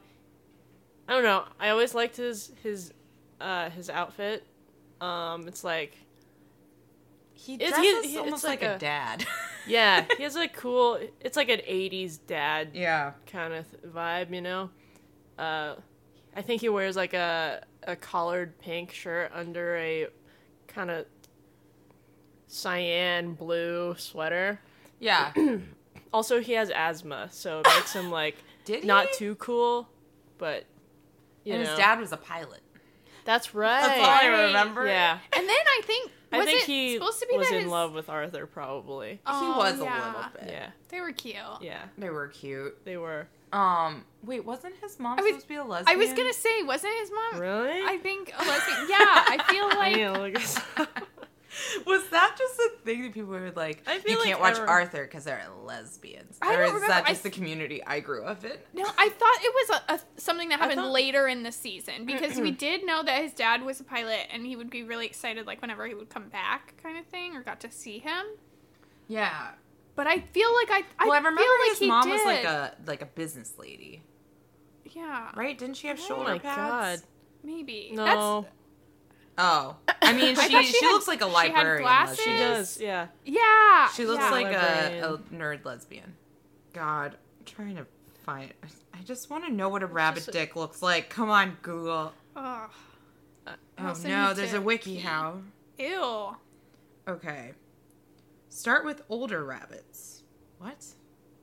C: I don't know. I always liked his his uh his outfit. Um it's like
A: He
C: It's-
A: dresses
C: he- he-
A: almost
C: it's
A: like,
C: like
A: a,
C: a-
A: dad. [laughs]
C: yeah, he has a cool it's like an 80s dad
A: yeah.
C: kind of th- vibe, you know. Uh, I think he wears like a a collared pink shirt under a kind of cyan blue sweater.
A: Yeah.
C: Also, he has asthma, so it makes him like
A: [clears throat] [laughs] Did
C: not
A: he?
C: too cool, but you
A: and
C: know,
A: his dad was a pilot.
C: That's right.
A: That's all I
B: Right.
A: remember.
C: Yeah,
B: [gasps] And then I think was
C: I think
B: it
C: he
B: supposed to be
C: was
B: that
C: in
B: his-
C: love with Arthur, probably.
B: Oh,
A: he was
B: yeah.
A: a little bit.
C: Yeah,
B: They were cute.
C: yeah,
A: They were cute.
C: they were.
A: Um, wait, wasn't his mom
B: I was-
A: supposed to be a lesbian?
B: I was gonna say, wasn't his mom?
C: Really?
B: I think a
A: [laughs]
B: lesbian. Yeah, I feel
C: I need
B: like
C: to look this [laughs] up.
A: Was that just a thing that people were like?
C: I feel
A: you
C: like
A: can't watch
C: everyone-
A: Arthur because they're lesbians.
B: I
A: or
B: don't
A: is that
B: remember. I
A: just the community I grew up in?
B: no. I thought it was a, a something that happened
C: thought-
B: later in the season because we did know that his dad was a pilot and he would be really excited like whenever he would come back, kind of thing, or got to see him.
A: Yeah.
B: But I feel like I I,
A: Well, I, remember
B: feel like
A: his
B: he
A: mom
B: did.
A: was like a like a business lady,
B: yeah
A: right? Didn't she have
C: Oh
A: shoulder
C: my
A: pads?
B: maybe
C: god!
B: That's,
C: No,
A: Oh, I mean,
B: [laughs] I
A: she
B: thought
A: she,
B: she had-
A: looks like a
B: she had
A: librarian. unless
C: she
B: glasses.
C: does. Yeah.
B: yeah
A: She looks
B: yeah.
A: like a, a
C: Librarian.
A: nerd lesbian. God, I'm trying to find. I just want to know what a rabbit
C: just a-
A: dick looks like. Come on, Google.
B: Ugh.
A: Oh
B: Also
A: no,
B: need
A: there's
B: to
A: a wiki
B: pee.
A: how.
B: ew
A: Okay. Start with older rabbits. What?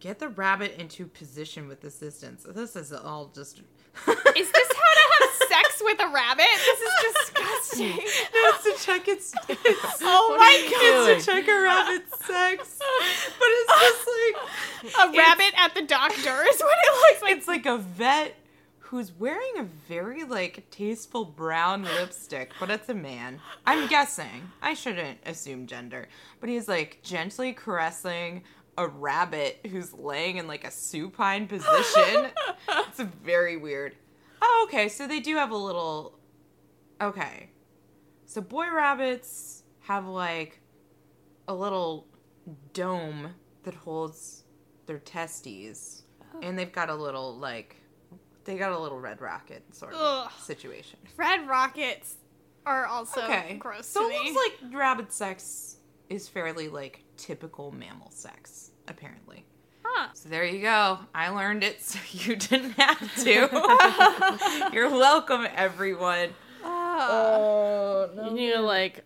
A: Get the rabbit into position with assistance. This is all just. [laughs]
B: is this how with a rabbit. This
A: [laughs]
B: is disgusting. [laughs]
A: It's to check its. It's,
B: oh
C: What are
B: my
C: you
B: god.
A: it's to check a rabbit's sex, but it's
B: [laughs]
A: just like
B: A rabbit at the doctor is what it looks like.
A: it's like a vet who's wearing a very like tasteful brown lipstick, but it's a man. I'm guessing. I shouldn't assume gender, but he's like gently caressing a rabbit who's laying in like a supine
B: [laughs]
A: position. it's very weird. Oh, okay. So they do have a little. Okay. So boy rabbits have like a little dome that holds their testes,
B: Oh.
A: and they've got a little like they got a little red rocket sort of
B: Ugh.
A: situation.
B: Red rockets are also gross
A: so
B: to
A: it
B: me.
A: looks like rabbit sex is fairly like typical mammal sex, apparently.
B: huh.
A: So there you go. I learned it, so [laughs] you didn't have
B: [laughs]
A: to. You're welcome, everyone.
B: Oh.
A: Oh
C: You need to like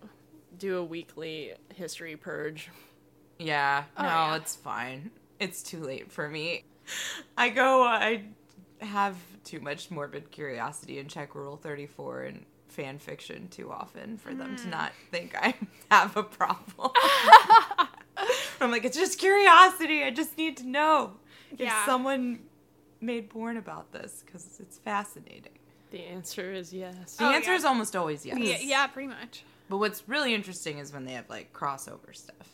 C: do a weekly history purge.
A: Yeah,
B: Oh,
A: no,
B: yeah.
A: it's fine. It's too late for me. I go, uh, I have too much morbid curiosity and check Rule 34 and fan fiction too often for them
B: Hmm.
A: to not think I [laughs] have a problem.
B: [laughs]
A: I'm like, it's just curiosity. I just need to know
B: Yeah.
A: if someone made porn about this because it's fascinating.
C: The answer is yes.
A: The
B: Oh,
A: answer
B: yeah.
A: is almost always yes.
B: yeah, yeah, pretty much.
A: But what's really interesting is when they have like crossover stuff,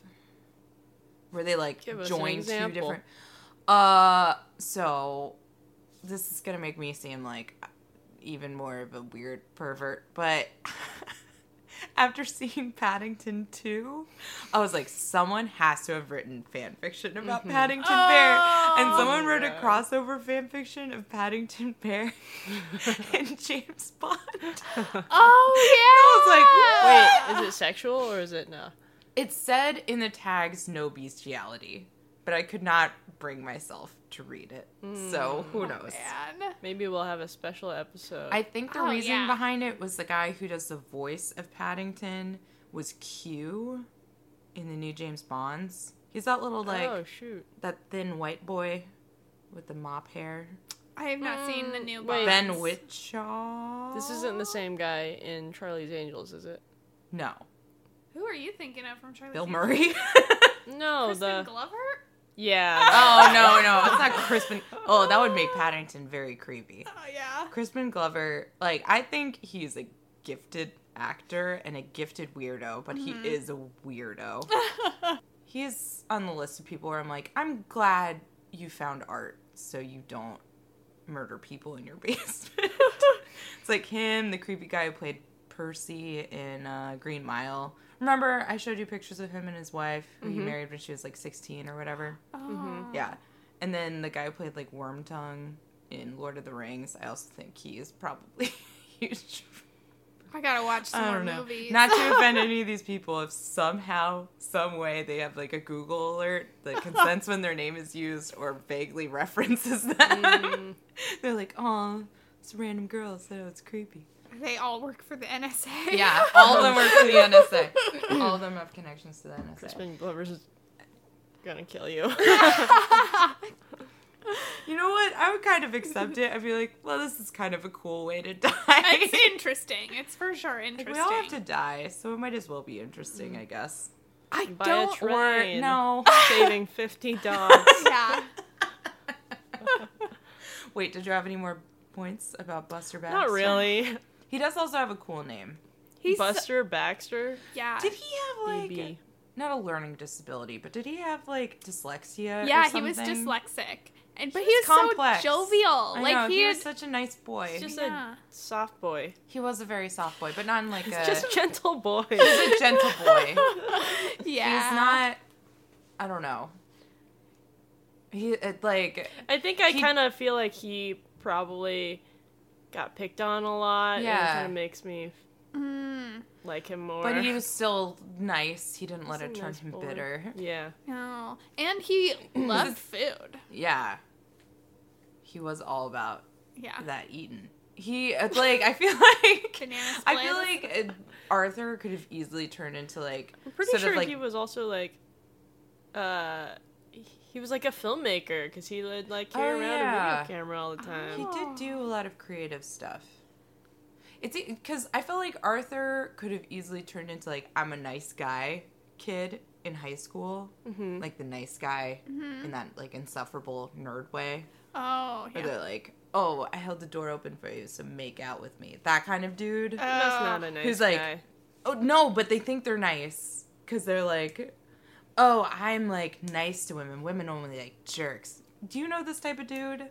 A: where they like
C: Give us an
A: join two
C: example.
A: different. Uh, so this is gonna make me seem like even more of a weird pervert, but. [laughs] After seeing Paddington 2, I was like, someone has to have written fan fiction about Paddington Bear. And
B: Oh.
A: someone wrote a
C: Mm-hmm. Yeah.
A: crossover fan fiction of Paddington Bear [laughs] and James Bond.
C: [laughs]
B: [laughs] Oh yeah.
A: I [laughs]
C: Wait, is it sexual or is it no?
A: It said in the tags no bestiality, but I could not bring myself to read it. So who knows?
B: Man.
C: Maybe we'll have a special episode.
A: I think the
B: Oh,
A: reason
B: yeah.
A: behind it was the guy who does the voice of Paddington was Q in the new James Bonds. He's that little like
C: oh shoot.
A: that thin white boy with the mop hair.
B: I have not seen the new Bonds.
C: wait.
A: Ben Witchaw.
C: This isn't the same guy in Charlie's Angels, is it?
A: No.
B: Who are you thinking of from Charlie?
A: Bill Murray. [laughs]
C: No,
B: Kristen
C: Oh, the
B: Glover?
C: yeah.
A: oh no, no, it's not Crispin. Oh, that would make Paddington very creepy.
B: Oh yeah.
A: Crispin Glover, like I think he's a gifted actor and a gifted weirdo, but he is a weirdo. [laughs] he's on the list of people where I'm like, I'm glad you found art so you don't murder people in your [laughs] basement. it's like him, the creepy guy who played Percy in uh, Green Mile. Remember, I showed you pictures of him and his wife, who he married when she was like 16 or whatever.
B: Oh.
A: Mm-hmm, Yeah. And then the guy who played like Wormtongue in Lord of the Rings, I also think he is probably [laughs] huge.
B: I gotta watch some
A: I
B: more
A: don't know.
B: movies.
A: Not
B: [laughs]
A: to offend [laughs] any of these people, if somehow, some way they have like a Google alert that consents when their name is used or vaguely [laughs] references them, Mm. [laughs] they're like, oh, this random girl said it was creepy.
B: they all work for the NSA.
A: [laughs] Yeah, all of them work for the NSA. All of them have connections to the NSA.
C: Crispin Glover's is gonna kill you.
A: You know what? I would kind of accept it. I'd be like, well, this is kind of a cool way to [laughs] die.
B: [laughs] It's interesting. It's for sure
A: Like,
B: interesting.
A: we all have to die, so it might as well be interesting, I guess. I
C: Buy Mm. a don't- or- train.
A: [laughs] no.
C: Saving fifty [laughs]
A: [laughs]
C: dogs.
B: Yeah.
A: Wait, did you have any more points about Buster Baxter?
C: Not really.
A: He does also have a cool name.
B: He's
C: Buster Baxter.
B: Yeah.
A: Did he have like uh,
C: BB.
A: not a learning disability, but did he have like dyslexia? or
B: yeah, he was
A: something?
B: dyslexic. And but he
A: was
B: was,
A: complex.
B: so jovial.
A: I
B: like
A: know,
B: he,
A: he
B: was,
A: was such a nice boy.
C: Just
B: Yeah.
C: a soft boy.
A: he was a very soft boy, but not in like a [laughs]
C: Just a gentle [laughs] boy.
A: he's a gentle boy.
B: yeah.
A: He's not. I don't know. He it, like
C: I think I
A: He-
C: kind of feel like he probably got picked on a lot. Yeah.
A: Yeah.
C: It kind of makes me
B: Mm,
C: like him more.
A: But he was still nice. He didn't let
C: He's
A: it
C: a
A: turn
C: nice
A: him
C: boy.
A: bitter.
C: [laughs] Yeah.
B: no. Oh,
A: [clears throat]
B: And he loved food.
A: Yeah. He was all about
C: Uh.
B: Yeah.
A: that eating. He it's like I feel [laughs] like
B: Banana splits.
A: I feel like uh, Arthur could have easily turned into like
C: I'm pretty
A: sort
C: sure
A: of like
C: he was also like, uh, he was like a filmmaker because he would like carry
A: Oh,
C: around
A: yeah.
C: a video camera all the time.
A: he did do a lot of creative stuff. It's because I feel like Arthur could have easily turned into like I'm a nice guy kid in high school,
C: Mhm.
A: like the nice guy in that like insufferable nerd way,
B: Oh,
A: where
B: yeah.
A: they're like, "Oh, I held the door open for you, so make out with me." That kind of dude.
C: That's
B: Oh.
C: not a nice
A: Who's like-
C: guy.
A: Oh no, but they think they're nice because they're like, oh, I'm like nice to women. Women only like jerks. Do you know this type of dude?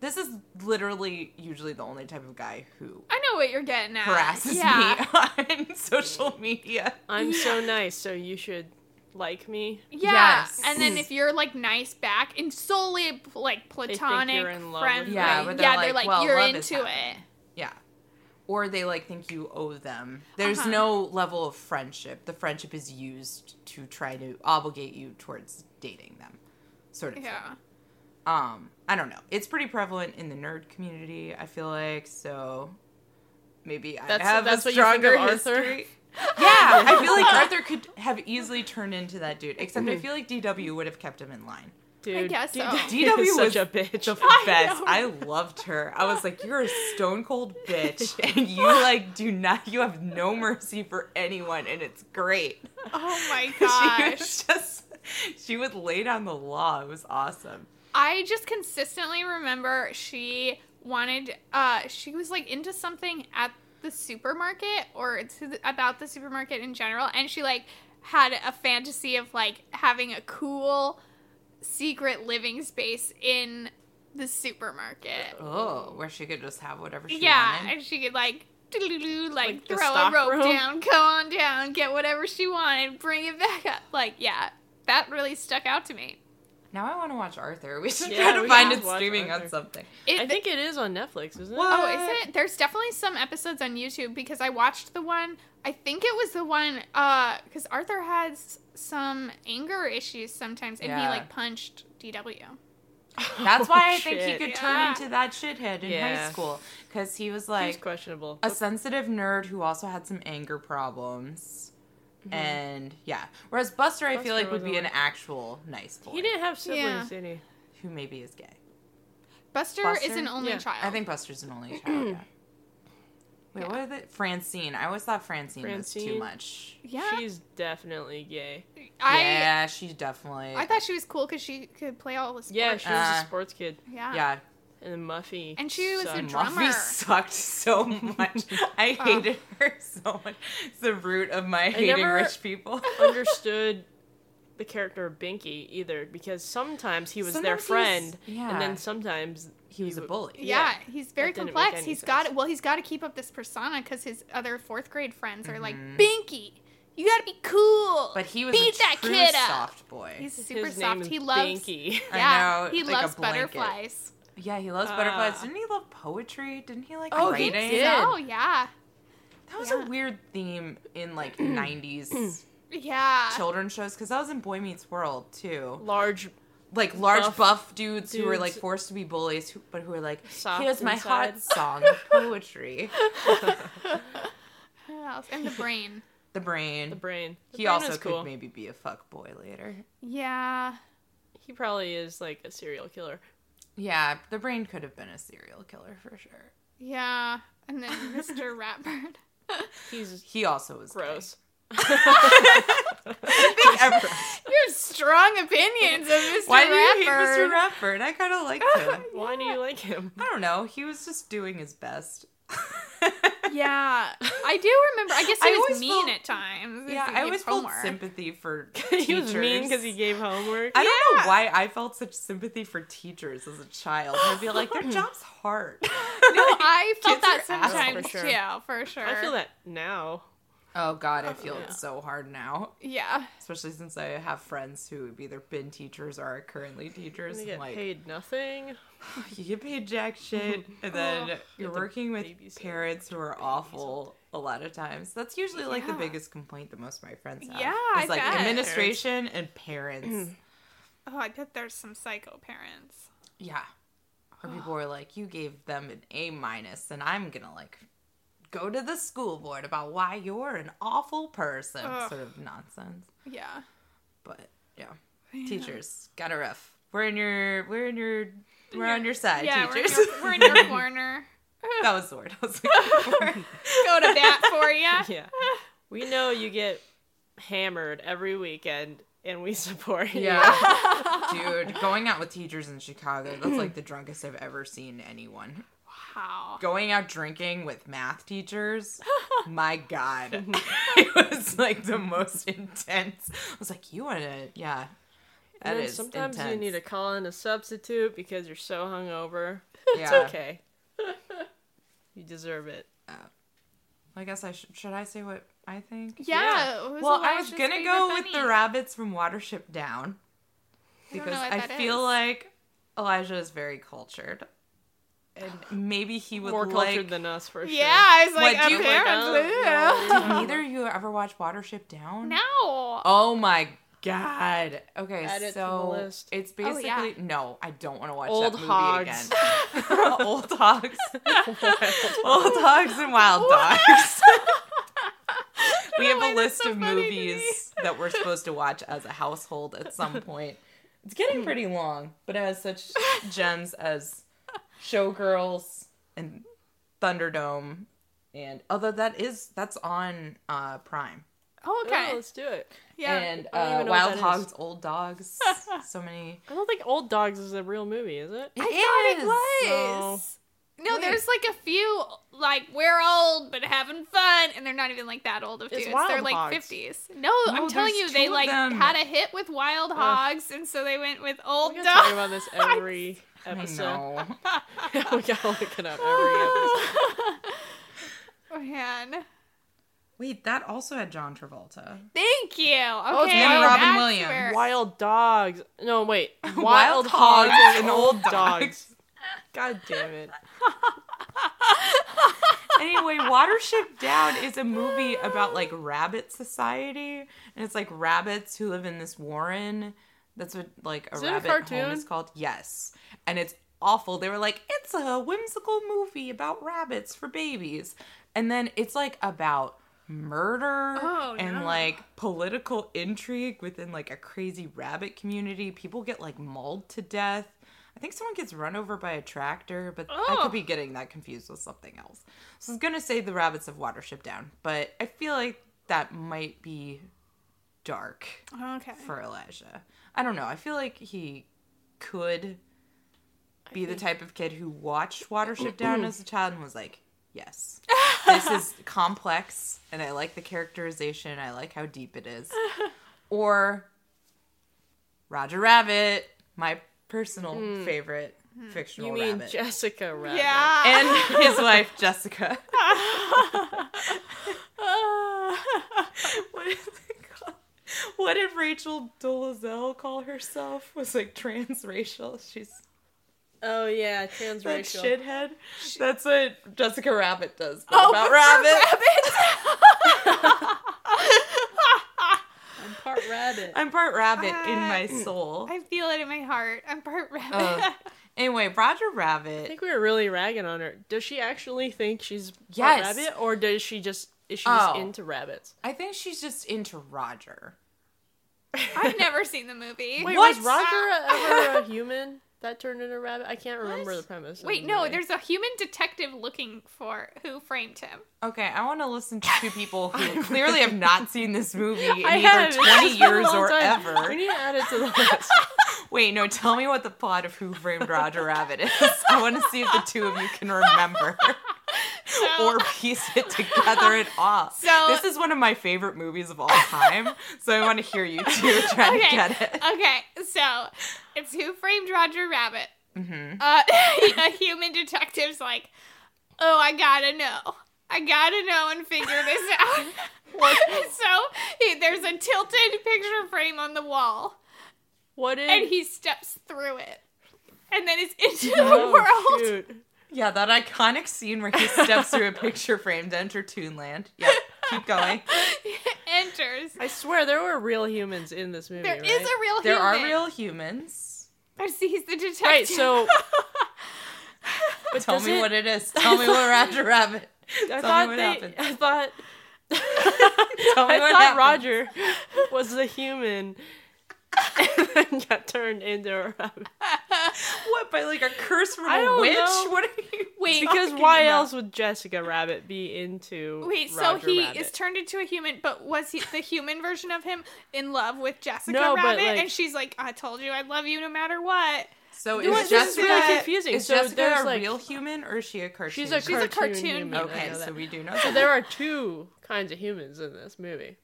A: This is literally usually the only type of guy who
B: I know what you're getting at.
A: harasses
B: Uh, yeah.
A: me [laughs] on social media.
C: I'm so nice, so you should like me.
B: Yeah.
A: [laughs] Yes.
B: And then if you're like nice back and solely like platonic
C: you're in love with
B: friendly,
C: them.
A: Yeah,
B: yeah,
A: but they're
B: they're,
A: like,
B: like,
A: well,
B: you're
A: love is
B: into it.
A: happening. Yeah. Or they like think you owe them. There's
B: Uh-huh.
A: no level of friendship. The friendship is used to try to obligate you towards dating them, sort of. Thing. [laughs]
B: Yeah.
A: um i don't know it's pretty prevalent in the nerd community i feel like so maybe
C: That's-
A: i have
C: that's
A: a
C: what you think of
A: stronger
C: Arthur?
A: history yeah i feel like arthur could have easily turned into that dude except i feel like dw would have kept him in
C: [laughs]
A: line
C: [laughs] Dude,
B: guess
A: [laughs]
C: D-
B: so.
A: DW
C: is
A: was
C: such a bitch. [laughs]
A: I
B: know.
A: I loved her. I was like, "You're a stone cold
C: [laughs]
A: bitch, and you like do not. You have no mercy for anyone, and it's great." [laughs]
B: Oh my
A: she
B: gosh.
A: was just, she would lay down the law. It was awesome.
B: I just consistently remember she wanted uh she was like into something at the supermarket or to the, about the supermarket in general and she like had a fantasy of like having a cool secret living space in the supermarket.
A: Oh, where she could just have whatever she
B: yeah,
A: wanted.
B: and she could like doo-doo-doo, like,
C: Like the
B: throw a
C: stock
B: rope
C: room?
B: down, go on down, get whatever she wanted, bring it back up. Like, yeah, that really stuck out to me.
A: Now I want to watch Arthur. We should
C: Yeah,
A: try to
C: we
A: find
C: should
A: it
C: watch
A: streaming on
C: Arthur.
A: something.
B: It,
C: I think it is on Netflix, isn't it?
A: What?
B: Oh, is it? There's definitely some episodes on YouTube because I watched the one. I think it was the one because Arthur has some anger issues sometimes, and he
A: Yeah.
B: like punched DW.
A: [laughs] That's why I
C: Oh,
A: think he
C: shit.
A: could
B: Yeah.
A: turn into that shithead in high
C: Yeah.
A: school because he was
C: He's
A: like
C: questionable.
A: a sensitive nerd who also had some anger problems. And yeah, whereas Buster, I feel
C: Mm-hmm. Buster
A: like would
C: wasn't
A: be an
C: like-
A: actual nice boy
C: He didn't have siblings,
B: Yeah.
C: did he?
A: who maybe is gay.
B: Buster, is
A: Buster?
B: an only
C: Yeah.
B: child.
A: I think Buster's an only child.
C: [clears throat]
A: yeah. Wait,
B: Yeah.
A: what are the Francine? I always thought Francine, was too
C: Francine?
A: much.
B: Yeah,
C: She's definitely gay.
B: I
A: yeah, she definitely.
B: I thought she was cool because she could play all the sports.
C: Yeah, she was
A: Uh,
C: a sports kid.
B: yeah.
A: yeah,
C: And then Muffy.
B: And she was a
C: sucked.
B: drunk-
A: Muffy
B: drummer.
A: sucked [laughs] so much. I
B: Oh.
A: hated her so much. It's the root of my hating
C: never-
A: rich people.
C: [laughs]
A: [laughs]
C: understood the character of Binky either because sometimes he was their
A: Sometimes
C: friend
A: he's-
C: and
A: yeah.
C: then sometimes
A: He was a
C: would-
A: bully.
B: Yeah, he's very
C: didn't make
B: complex.
C: any
B: He's
C: sense.
B: got well, he's got to keep up this persona because his other fourth grade friends are like Binky. You gotta be cool.
A: But he was
B: beat
A: a
B: that
A: true
B: kid up.
A: soft boy.
B: He's super
C: his
B: soft.
C: name is
B: he loves.
C: Binky. [laughs]
A: I
B: Yeah,
A: know,
B: he
A: like a
B: loves
A: blanket.
B: butterflies.
A: Yeah, he loves
C: Ah.
A: butterflies. Didn't he love poetry? Didn't Uh, he like
C: Oh, he
A: writing?
C: did.
B: Oh yeah,
A: That was
B: Yeah.
A: a weird theme in [clears throat] like [clears throat] '90s
B: yeah.
A: children's shows because that was in Boy Meets World too.
C: large
A: Like large buff,
C: Buff
A: dudes, who were like
C: dudes.
A: forced to be bullies, who, but who were like,
C: Soft
A: "Here's my heart
C: inside."
A: song, of poetry." [laughs]
B: Who else? And the brain.
A: The brain.
C: [laughs] the brain. The
A: he
C: brain
A: also
C: is
A: could
C: cool.
A: maybe be a fuck boy later.
B: Yeah.
C: he probably is like a serial killer.
A: Yeah, the brain could have been a serial killer for sure.
B: Yeah. And then [laughs] Mr. Ratbird.
C: He's
A: He also was gay. [laughs]
C: [laughs] gross.
A: I think ever-
B: You have strong opinions of Mr.
A: Why do you hate
B: Ratbird.
A: Mr. Ratbird? I kind of liked him.
C: [laughs] Why do you like him?
A: I don't know. He was just doing his best. [laughs]
B: Yeah. I do remember. I guess he
A: I
B: was
A: always
B: mean
A: felt-
B: at times.
A: yeah,
B: He
A: I
B: gave
A: always felt
B: homework.
A: sympathy for
C: [laughs] [laughs] he was mean
A: teachers.
C: because he gave homework.
A: I don't know
B: Yeah.
A: why I felt such sympathy for teachers as a child. I feel like
C: [laughs]
A: their job's hard. no,
B: [laughs] No, I felt
A: Kids are
B: that
A: assholes.
B: sometimes
C: For sure.
B: too, for sure.
C: I feel that now.
A: [laughs] Oh God, I feel
C: yeah.
A: it so hard now.
B: Yeah.
A: Especially since I have friends who have either been teachers or are
B: [laughs]
A: currently teachers.
C: They
A: I'm
C: get
A: like,
C: paid nothing.
A: [laughs] you get paid
B: [laughs]
A: jack shit,
B: Oh,
A: and then you're
C: Get the
A: working with
C: babysit,
A: parents who are awful a lot of times. That's usually like the
B: Yeah.
A: biggest complaint that most of my friends have.
B: Yeah,
A: it's
B: I
A: like
B: bet.
A: administration and parents.
B: Oh, I bet there's some psycho parents.
A: yeah, or people are like, you gave them an A minus, and I'm gonna like go to the school board about why you're an awful person,
B: Ugh.
A: sort of nonsense.
B: Yeah.
A: But yeah,
B: Yeah.
A: teachers got a rough. We're in your, we're in your, we're on your side,
B: yeah,
A: teachers.
B: We're in your, [laughs] we're in your corner.
A: [laughs] That was the word I was looking [laughs] for.
B: Go to bat for you.
C: [laughs] Yeah. We know you get hammered every weekend and we [laughs] support you.
A: Yeah. Dude, going out with teachers in Chicago, that's like the drunkest I've ever seen anyone.
B: Wow.
A: Going out drinking with math teachers, my God. [laughs] it was like the most intense. I was like, you want to, yeah. That
C: And then
A: is
C: sometimes
A: intense.
C: you need to call in a substitute because you're so [laughs] hungover. It's
A: Yeah.
C: okay. you deserve it.
A: I guess I should. Should I say what I think?
B: Yeah. who's
A: Well, I was
B: Elijah's
A: gonna
B: favorite
A: go with the
B: bunny?
A: rabbits from Watership Down
B: I don't know
A: because
B: what
A: I,
B: that
A: feel
B: is.
A: like Elijah is very cultured, and
C: [sighs]
A: maybe he would
C: More
A: like.
C: cultured than us for sure.
B: Yeah, I was like,
A: What, do you-
B: apparently.
A: [laughs]
B: [laughs]
C: Yeah.
A: Did either of you ever watch Watership Down?
B: No.
A: Oh my god. Okay,
C: Add it to the
A: so
C: list.
A: it's
B: Oh, yeah.
A: basically no. I don't want to watch
C: Old
A: that movie
C: hogs.
A: [laughs] again. Old
C: [laughs]
A: hogs. Old hogs and wild dogs. [laughs]
C: [laughs]
B: [laughs]
A: we have
B: why
A: a
B: that's
A: list
B: so
A: of
B: funny to
A: movies that we're supposed to watch as a household at some point. It's
C: [laughs]
A: getting pretty long, but it has such gems as Showgirls and Thunderdome. And although that is that's on uh, Prime
B: Oh,
C: Yeah,
B: okay.
C: let's do it.
B: Yeah.
A: and
C: I don't
A: uh,
C: even know what
A: Wild
C: that
A: Hogs,
C: is.
A: Old Dogs. so
C: [laughs]
A: many.
C: I don't think Old Dogs is a real movie, is it?
A: It
B: I
A: is.
B: thought it was. No,
A: Wait.
B: there's like a few like we're old but having fun, and they're not even like that old of
C: It's
B: dudes.
C: Wild
B: They're like
C: Hogs.
B: fifties. No, I'm
A: No, oh,
B: telling
A: there's
B: you,
A: two
B: they
A: of
B: like
A: them.
B: had a hit with Wild Hogs, and so they went with old
C: We gotta
B: dogs.
C: talk
A: [laughs]
B: [laughs]
C: about this every
A: I
C: episode. [laughs]
A: know.
C: we gotta look it up every episode.
B: Oh, Man,
A: Wait, that also had John Travolta.
B: thank you. Okay,
A: Oh, it's me and Robin
B: that's
A: Williams.
B: where-
C: Wild Dogs. No, wait.
A: [laughs]
C: Wild,
A: Wild
C: Hogs
A: Hogs
C: and Old Dogs. God damn
A: [laughs]
C: it.
A: anyway, Watership Down is a movie about like rabbit society, and it's like rabbits who live in this warren. That's what like a
C: Is it a
A: rabbit home
C: cartoon?
A: is called. Yes, and it's awful. They were like, it's a whimsical movie about rabbits for babies, and then it's like about murder
B: Oh,
A: and
B: no.
A: like political intrigue within like a crazy rabbit community. People get like mauled to death. I think someone gets run over by a tractor, but I
B: Oh.
A: could be getting that confused with something else. So I was gonna say the rabbits of Watership Down, but I feel like that might be dark
B: Oh, Okay.
A: for Elijah. I don't know. I feel like he could be the type of kid who watched Watership Down as a child and was like,
C: [laughs]
A: "Yes, this is complex, and I like the characterization. I like how deep it
C: [laughs]
A: is." Or Roger Rabbit, my personal favorite fictional
C: Hmm. You mean
A: rabbit,
C: Jessica Rabbit?
B: Yeah.
A: and [laughs] his wife Jessica. what is it called? What did Rachel Dolezal call herself? Was like transracial. She's
C: Oh, yeah.
A: that
C: Transracial.
A: shithead. That's what Jessica Rabbit does. But
B: Oh,
A: about
B: but
A: rabbit.
C: I'm part rabbit.
A: I'm part rabbit in my
B: I-
A: soul.
B: [laughs] I feel it in my heart. I'm
A: Uh,
B: part rabbit. [laughs]
A: Ugh. anyway, Roger
C: I
A: Rabbit.
C: think we were really ragging on her. Does she actually think she's part
A: Yes.
C: rabbit, or does she just is she just
A: Oh.
C: into rabbits?
A: I think she's just into Roger.
B: I've never seen the movie.
C: Wait,
A: What?
C: was Roger
B: [laughs]
C: ever a human that turned into a rabbit? I can't remember
B: What?
C: the premise. of the
B: Wait, no,
C: movie.
B: there's a human detective looking for who framed him.
A: Okay, I want to listen to two people who clearly have not seen this movie in
C: I
A: either
C: [laughs] have, it's
A: 20
C: just been a
A: years
C: long
A: or
C: time. We
A: ever.
C: need to add it
B: [laughs]
C: to the list.
A: Wait, no, tell me what the plot of Who Framed Roger Rabbit is. [laughs] I want to see if the two of you can remember [laughs]
B: So, [laughs]
A: or piece it together at all.
B: So-
A: this is one of my favorite movies of all time, so I want to hear you two try to
B: okay,
A: get it.
B: okay, so it's who framed Roger Rabbit.
A: Mhm.
B: Uh, [laughs] a human detective's like, oh, I gotta know. I gotta know and figure this
A: [laughs]
B: out. [laughs] so he, there's a tilted picture frame on the wall,
C: What is?
B: and he steps through it, and then it's into the
C: oh,
B: world.
C: shoot.
A: Yeah, that iconic scene where he steps through a picture frame to enter Toonland. Yep, keep going.
B: [laughs] enters.
C: I swear there were real humans in this movie.
B: There is
C: right?
B: a real
A: There
B: human.
A: are real humans.
B: I see he's the detective.
C: right. So, but
A: Tell
C: does
A: me
C: it-
A: what it is. Tell me
C: [laughs]
A: what Roger Rabbit.
C: I
A: Tell
C: thought
A: me what
C: they,
A: happened.
B: [laughs]
C: I thought.
A: Tell me
C: [laughs] I
A: what
C: thought
A: happened.
C: Roger [laughs]
B: [laughs]
C: was the human and then got turned into a rabbit.
A: What by like a curse from
C: I
A: a
C: don't
A: witch?
C: know.
A: What are you?
B: [laughs] Wait,
A: talking
C: Because why
A: about?
C: else would Jessica Rabbit be into?
B: Wait,
C: Roger
B: so he
C: Rabbit?
B: is turned into a human, but was he the human version of him in love with Jessica
C: No, but,
B: Rabbit?
C: like-
B: and she's like, "I told you, I love you no matter what."
A: So
C: You
A: is
C: know what, this is
A: Jessica
C: really confusing.
A: Is
C: So
A: Jessica
C: there's,
A: a
C: like-
A: real human or is she a cartoon?
C: She's a
B: She's
C: cartoon.
B: a cartoon
C: human,
B: human.
C: I
A: okay.
C: know that.
A: So we do know
C: So
A: that.
C: there are two kinds of humans in this movie,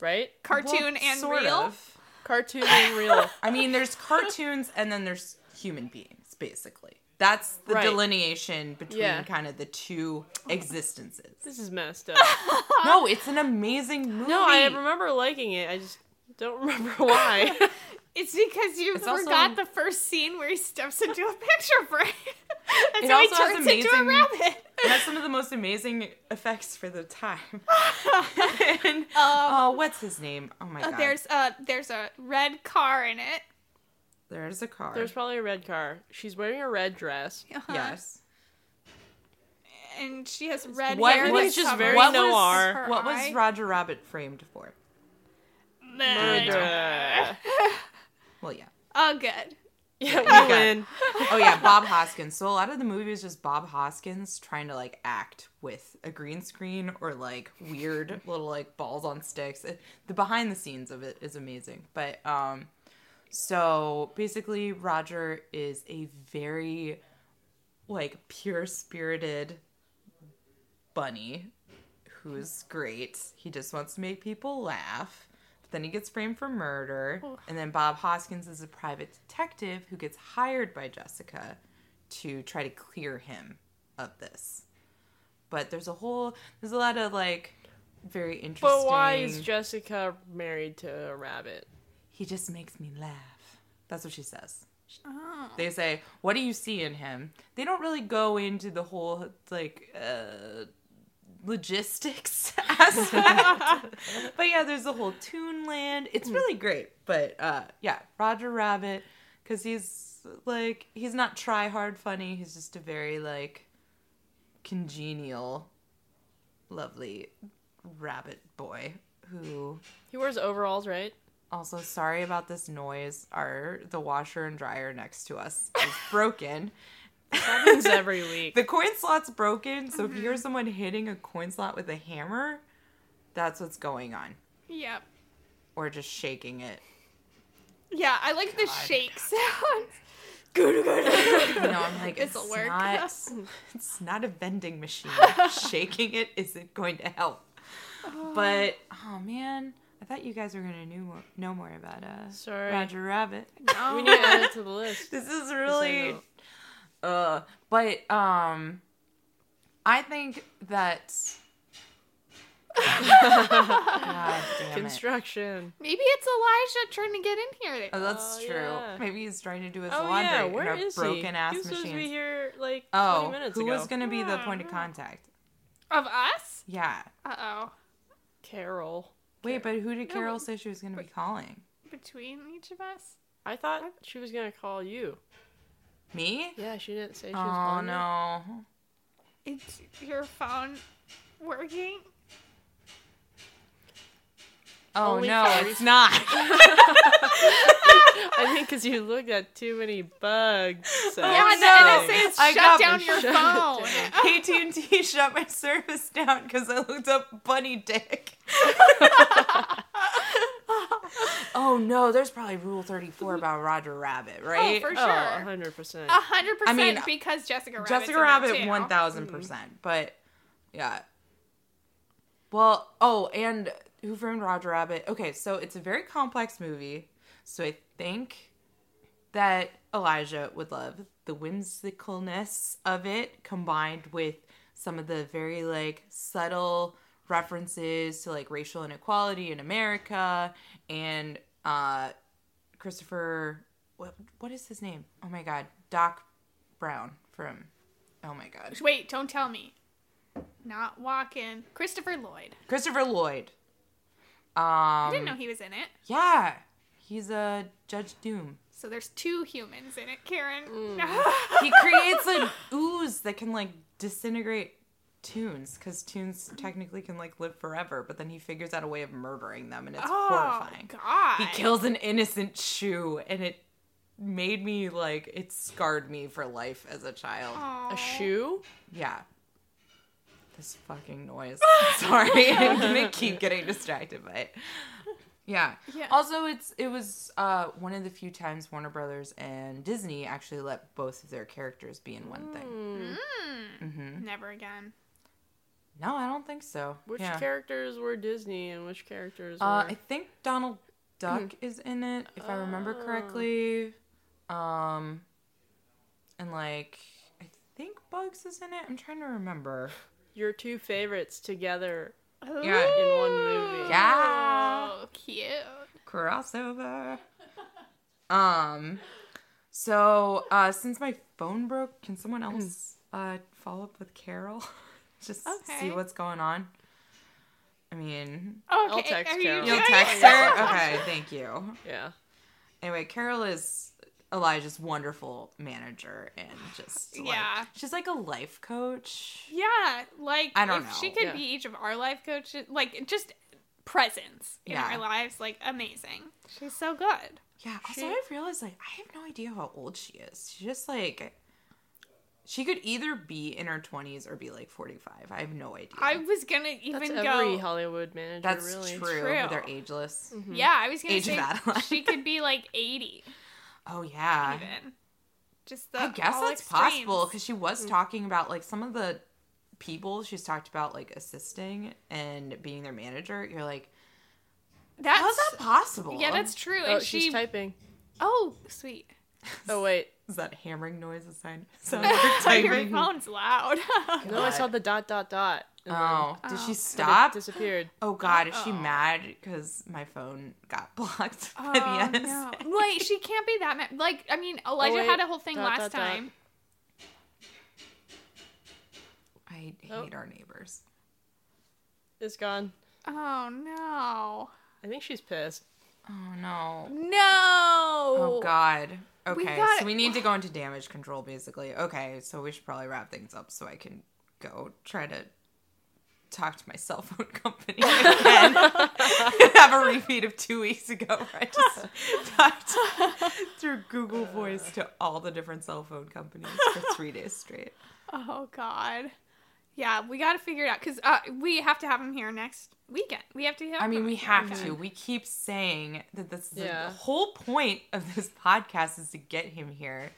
C: right?
B: Cartoon
A: Well,
B: and
A: sort
B: real.
A: of.
C: Cartoon and real.
A: I mean, there's cartoons and then there's human beings, basically. That's the
C: Right.
A: delineation between
C: Yeah.
A: kind of the two existences.
C: This is messed up.
A: No, it's an amazing movie.
C: No, I remember liking it. I just don't remember [laughs] why.
B: It's because you
A: It's also-
B: forgot the first scene where he steps into a picture frame. [laughs] That's
A: It
B: how he
A: also has
B: turns into a
A: amazing-
B: rabbit.
A: [laughs] It has some of the most amazing effects for the time. [laughs] and,
B: [laughs] Um,
A: oh, what's his name? Oh my
B: uh,
A: god.
B: there's a there's a red car in it.
A: there's a car.
C: There's probably a red car. She's wearing a red dress.
B: Uh-huh.
A: yes.
B: and she has red
A: What
B: hair.
A: was-
B: that's
C: just
B: covered
C: very
B: with
C: noir.
B: her
A: What
B: eye.
A: was Roger Rabbit framed for?
B: Murder.
A: Well, yeah.
B: Oh, good.
C: uh, Yeah, we
A: Okay.
C: win.
A: Oh yeah, Bob Hoskins. So a lot of the movie is just Bob Hoskins trying to like act with a green screen or like weird little like balls on sticks. It, the behind the scenes of it is amazing. But um so basically Roger is a very like pure spirited bunny who's great. He just wants to make people laugh. But then he gets framed for murder. And then Bob Hoskins is a private detective who gets hired by Jessica to try to clear him of this. But there's a whole, there's a lot of like very interesting.
C: But why is Jessica married to a rabbit?
A: he just makes me laugh. That's what she says.
B: Oh.
A: They say, "What do you see in him?" They don't really go into the whole like uh, logistics [laughs] aspect, but yeah, there's the whole Toon Land. It's really great, but uh, yeah, Roger Rabbit, because he's like he's not try hard funny. He's just a very like congenial, lovely rabbit boy who
C: He wears overalls, right?
A: also, sorry about this noise. Our the washer and dryer next to us is broken. [laughs]
C: Happens every week.
A: The coin slot's broken, so if you hear someone hitting a coin slot with a hammer, that's what's going on.
B: Yep.
A: Or just shaking it.
B: Yeah, I like the shake [laughs] sound.
A: You know, I'm like, it's
B: This'll work.
A: not, [laughs] it's not a vending machine. shaking it isn't going to help. But oh man, I thought you guys were gonna knew more, know more about uh,
C: Sorry.
A: Roger Rabbit.
C: We need to add it to the list. [laughs]
A: This is
C: I
A: really
C: know.
A: uh but um I think that [laughs] God damn it.
C: Construction.
B: Maybe it's Elijah trying to get in here.
A: Oh, that's
C: Oh,
A: true.
C: yeah.
A: Maybe he's trying to do his
C: Oh
A: laundry
C: yeah,
A: in
C: where
A: our
C: is
A: broken
C: he?
A: ass
C: he was supposed to be
A: machines.
C: here like 20
A: Oh,
C: minutes
A: who
C: ago.
A: was gonna be the
B: Yeah,
A: point of
B: yeah.
A: contact?
B: of us?
A: Yeah.
B: Uh oh.
C: Carol.
A: Wait, but who did
B: No,
A: Carol
B: wait.
A: say she was gonna be
B: Wait.
A: calling?
B: Between each of us?
C: I thought she was gonna call you.
A: Me?
C: Yeah, she didn't say she was
A: Oh
C: calling [laughs] you.
A: no.
B: Is your phone working?
A: Oh
C: Only
A: no,
C: fairies.
A: it's not.
C: [laughs]
A: [laughs]
C: I think because you looked at too many bugs. So.
B: yeah,
A: Oh, no.
B: the NSA has
A: I
B: shut
A: got
B: down
A: the
B: your phone.
C: shut
A: [laughs] AT&T shut my service down because I looked up bunny dick. [laughs] oh no, there's probably Rule 34 about Roger Rabbit, right?
B: for
C: Oh,
B: sure. A
C: 100%.
A: Uh-huh.
B: hundred
A: I mean,
B: percent because Jessica Rabbit's
A: Jessica
B: in there,
A: Rabbit,
B: too.
A: one thousand percent. But yeah. Well, oh, and Who Framed Roger Rabbit? Okay, so it's a very complex movie, so I think that Elijah would love the whimsicalness of it combined with some of the very like subtle references to like racial inequality in America and uh Christopher what what is his name? Oh my god, Doc Brown from Oh my god.
B: Wait, don't tell me. Not walking. Christopher Lloyd.
A: Christopher Lloyd.
B: I didn't
A: Um
B: know he was in it.
A: yeah. He's a Judge Doom.
B: So there's two humans in it, Karen.
A: mm,
B: [laughs]
A: He creates an ooze that can like disintegrate tunes cuz tunes technically can like live forever, but then he figures out a way of murdering them and it's
B: oh
A: horrifying.
B: God!
A: He kills an innocent shoe and it made me like it scarred me for life as a child.
C: A
B: Aw.
C: shoe?
A: Yeah. This fucking noise. [laughs] Sorry, I'm gonna keep getting distracted by it. Yeah.
B: Yeah.
A: Also, it's it was uh, one of the few times Warner Brothers and Disney actually let both of their characters be in one thing.
C: Mm.
A: hmm
B: Never again.
A: No, I don't think so.
C: Which
A: yeah.
C: characters were Disney and which characters
A: Uh,
C: were?
A: I think Donald Duck is in it, if I remember
C: Oh.
A: correctly. Um, and like I think Bugs is in it. I'm trying to remember.
C: Your two favorites together
A: Yeah.
C: in one movie.
A: Yeah.
B: Oh, cute.
A: crossover. Um, so uh, since my phone broke, can someone else uh follow up with Carol? [laughs] Just see
B: Okay.
A: what's going on. I mean,
B: Okay.
C: text
B: are you
C: Carol.
A: you'll
B: doing
A: text
B: it?
A: her. Okay, thank you.
C: Yeah.
A: Anyway, Carol is Elijah's wonderful manager and
B: [sighs]
A: just like,
B: Yeah.
A: she's like a life coach.
B: [laughs] Yeah, like
A: I don't
B: if she
A: know.
B: could
C: Yeah.
B: be each of our life coaches, like just presence in
A: Yeah.
B: our lives, like amazing. She's so good.
A: Yeah. Also,
C: She-
A: I realized like I have no idea how old she is. She just like she could either be in her twenties or be like forty five. I have no idea.
B: I was gonna
C: That's
B: even
C: every
B: go.
C: Hollywood manager,
A: That's
C: really.
A: true.
B: True. Mm.
A: They're ageless.
B: Yeah, I was gonna
A: Mm-hmm. Age of
B: say
A: Adeline.
B: she could be like eighty
A: Oh yeah.
B: even. Just the
A: I guess
B: uh, all
A: that's
B: extremes. Mm.
A: possible because she was talking about like some of the people she's talked about like assisting and being their manager. You're like,
B: That's
A: how's that possible?
B: yeah,
A: [laughs]
B: that's true.
C: Oh,
B: and she
C: she's typing.
B: oh sweet.
C: Oh wait.
A: is that hammering noise a sign? So
B: [laughs] Your
A: [laughs]
B: phone's loud. [laughs]
C: No, I
A: God.
C: saw the dot dot dot. and then
A: Oh, did
B: Oh.
A: she stop?
C: It disappeared.
A: Oh God, is she
B: Uh-oh.
A: mad because my phone got [laughs] blocked by
B: Oh,
A: the [laughs]
B: no.
A: NSA?
B: Wait, she can't be that mad. Like, I mean, Elijah
C: Oh, wait.
B: had a whole thing
C: Dot,
B: last
C: dot, dot.
B: time.
A: I hate
C: Oh.
A: our neighbors.
C: It's gone.
B: Oh no.
C: I think she's pissed.
A: Oh no.
B: No.
A: Oh God. Okay,
B: got
A: so
B: it.
A: we need to [sighs] go into damage control, basically. Okay, so we should probably wrap things up so I can go try to talk to my cell phone [laughs] company [laughs] again. Have a repeat of two weeks ago where I [laughs] just talked through Google Voice to all the different cell phone companies for three days straight.
B: Oh God. Yeah, we got to figure it out because uh, we have to have him here next weekend. We have to. Have
A: I mean,
B: him
A: we
B: here.
A: have to. We keep saying that this is
C: Yeah.
A: the whole point of this [laughs] podcast is to get him here.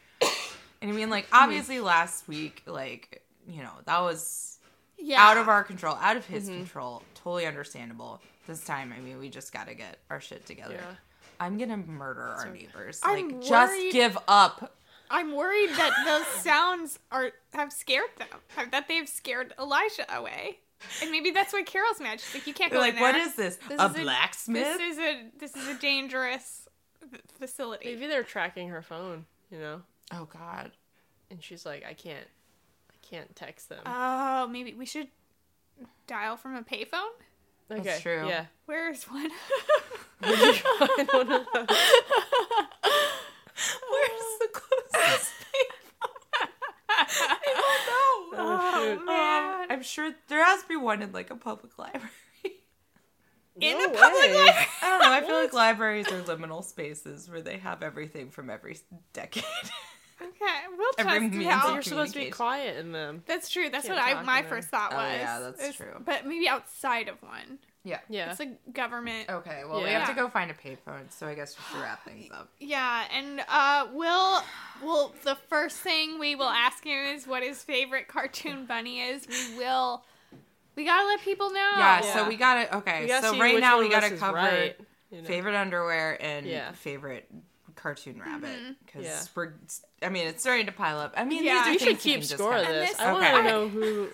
A: And I mean, like, obviously, last week, like, you know, that was
B: Yeah.
A: out of our control, out of his control. Totally understandable. This time, I mean, we just got to get our shit together.
C: Yeah.
A: I'm going to murder our neighbors.
B: I'm
A: like, just
B: worried-
A: give up.
B: I'm worried that those [laughs] sounds are have scared them. have- That they've scared Elijah away, and maybe that's why Carol's mad. She's like, you can't go
A: They're like,
B: in there.
A: what is this?
B: This
A: a
B: is
A: blacksmith?
B: This is a this is a dangerous f- facility.
C: Maybe they're tracking her phone, you know?
A: oh, God.
C: And she's like, I can't I can't text them.
A: Uh,
B: Oh, maybe we should dial from a payphone.
C: okay.
A: that's true. [laughs]
C: Yeah.
B: Where is one? [laughs]
C: Find one of those.
A: Where's [laughs] the closest
B: I don't know.
C: Oh,
B: Oh,
C: shoot.
B: man.
A: Um, I'm sure there has to be one in like a public library.
B: in
C: No
B: a public
C: way.
B: library. [laughs]
A: I don't know. I feel like libraries are liminal spaces where they have everything from every decade. [laughs]
B: Okay, we'll test
A: Every means
B: it
A: of
B: out.
C: You're supposed to be
A: Communication.
C: quiet in them.
B: That's true. That's
C: Can't
B: what I
C: talk
B: my
C: in a-
B: first thought
A: Oh,
B: was.
A: yeah, that's true.
B: But maybe outside of one.
A: yeah. Oh.
C: Yeah.
B: It's like government.
A: Okay. Well, we
C: Yeah.
A: have to go find a payphone, so I guess we should wrap things up.
B: Yeah, and uh, we'll well the first thing we will ask him is what his favorite cartoon bunny is. We will. We gotta let people know.
A: Yeah.
C: Yeah.
A: So we got to Okay.
C: We gotta
A: so
C: see
A: right
C: which
A: now
C: one
A: we
C: of us
A: got to
C: is
A: cover
C: right, you know?
A: favorite underwear and
C: Yeah.
A: favorite cartoon rabbit because
C: Yeah.
A: we're. I mean, it's starting to pile up. I mean,
B: Yeah.
A: these are
B: We
C: We should
A: things you
C: keep
A: can just
C: score of
A: kinda-
B: And
C: this.
B: this-
C: I
A: Okay.
C: want to know who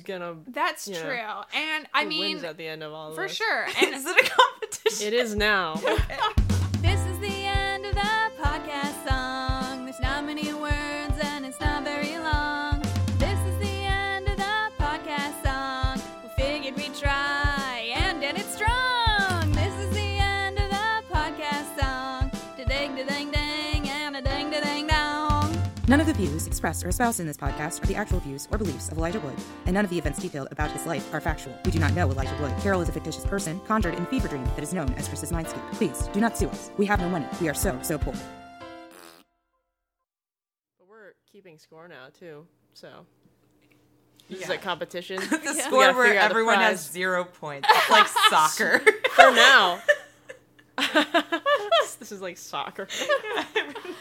A: [laughs]
C: gonna
B: That's
C: Yeah.
B: true. And I
C: who
B: mean,
C: wins at the end of all
B: for
A: [laughs]
C: this.
B: sure. And
A: Is it a competition?
C: It
A: [laughs]
C: is now.
B: [laughs] This is the end of the podcast song. There's not many words and it's not very long. This is the end of the podcast song. We figured we'd try and end it strong. This is the end of the podcast song. Da-ding, da-ding, ding, and a ding, da-ding, dong.
D: None of the views expressed or espoused in this podcast are the actual views or beliefs of Elijah Wood, and none of the events detailed about his life are factual. We do not know Elijah Wood. Carol is a fictitious person conjured in a fever dream that is known as Chris's Mindscape. Please do not sue us. We have no money. We are so, so poor.
C: we're keeping score now too. So this is
A: Yeah.
C: a competition
A: [laughs] [laughs] the
C: We
A: score
C: gotta
A: where
C: figure out the
A: everyone has
C: prize.
A: zero points. It's like soccer.
C: [laughs]
A: [laughs]
C: for now. [laughs] this is like soccer.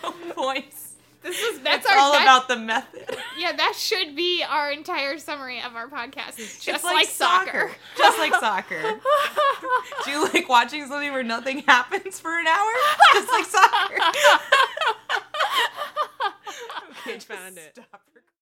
A: no points.
B: This is that's
A: It's
B: our
A: all
B: that-
A: about the method.
B: yeah. That should be our entire summary of our podcast. It's just
A: It's
B: like, soccer.
A: Just like [laughs] soccer. Do you like watching something where nothing happens for an hour? Just like soccer.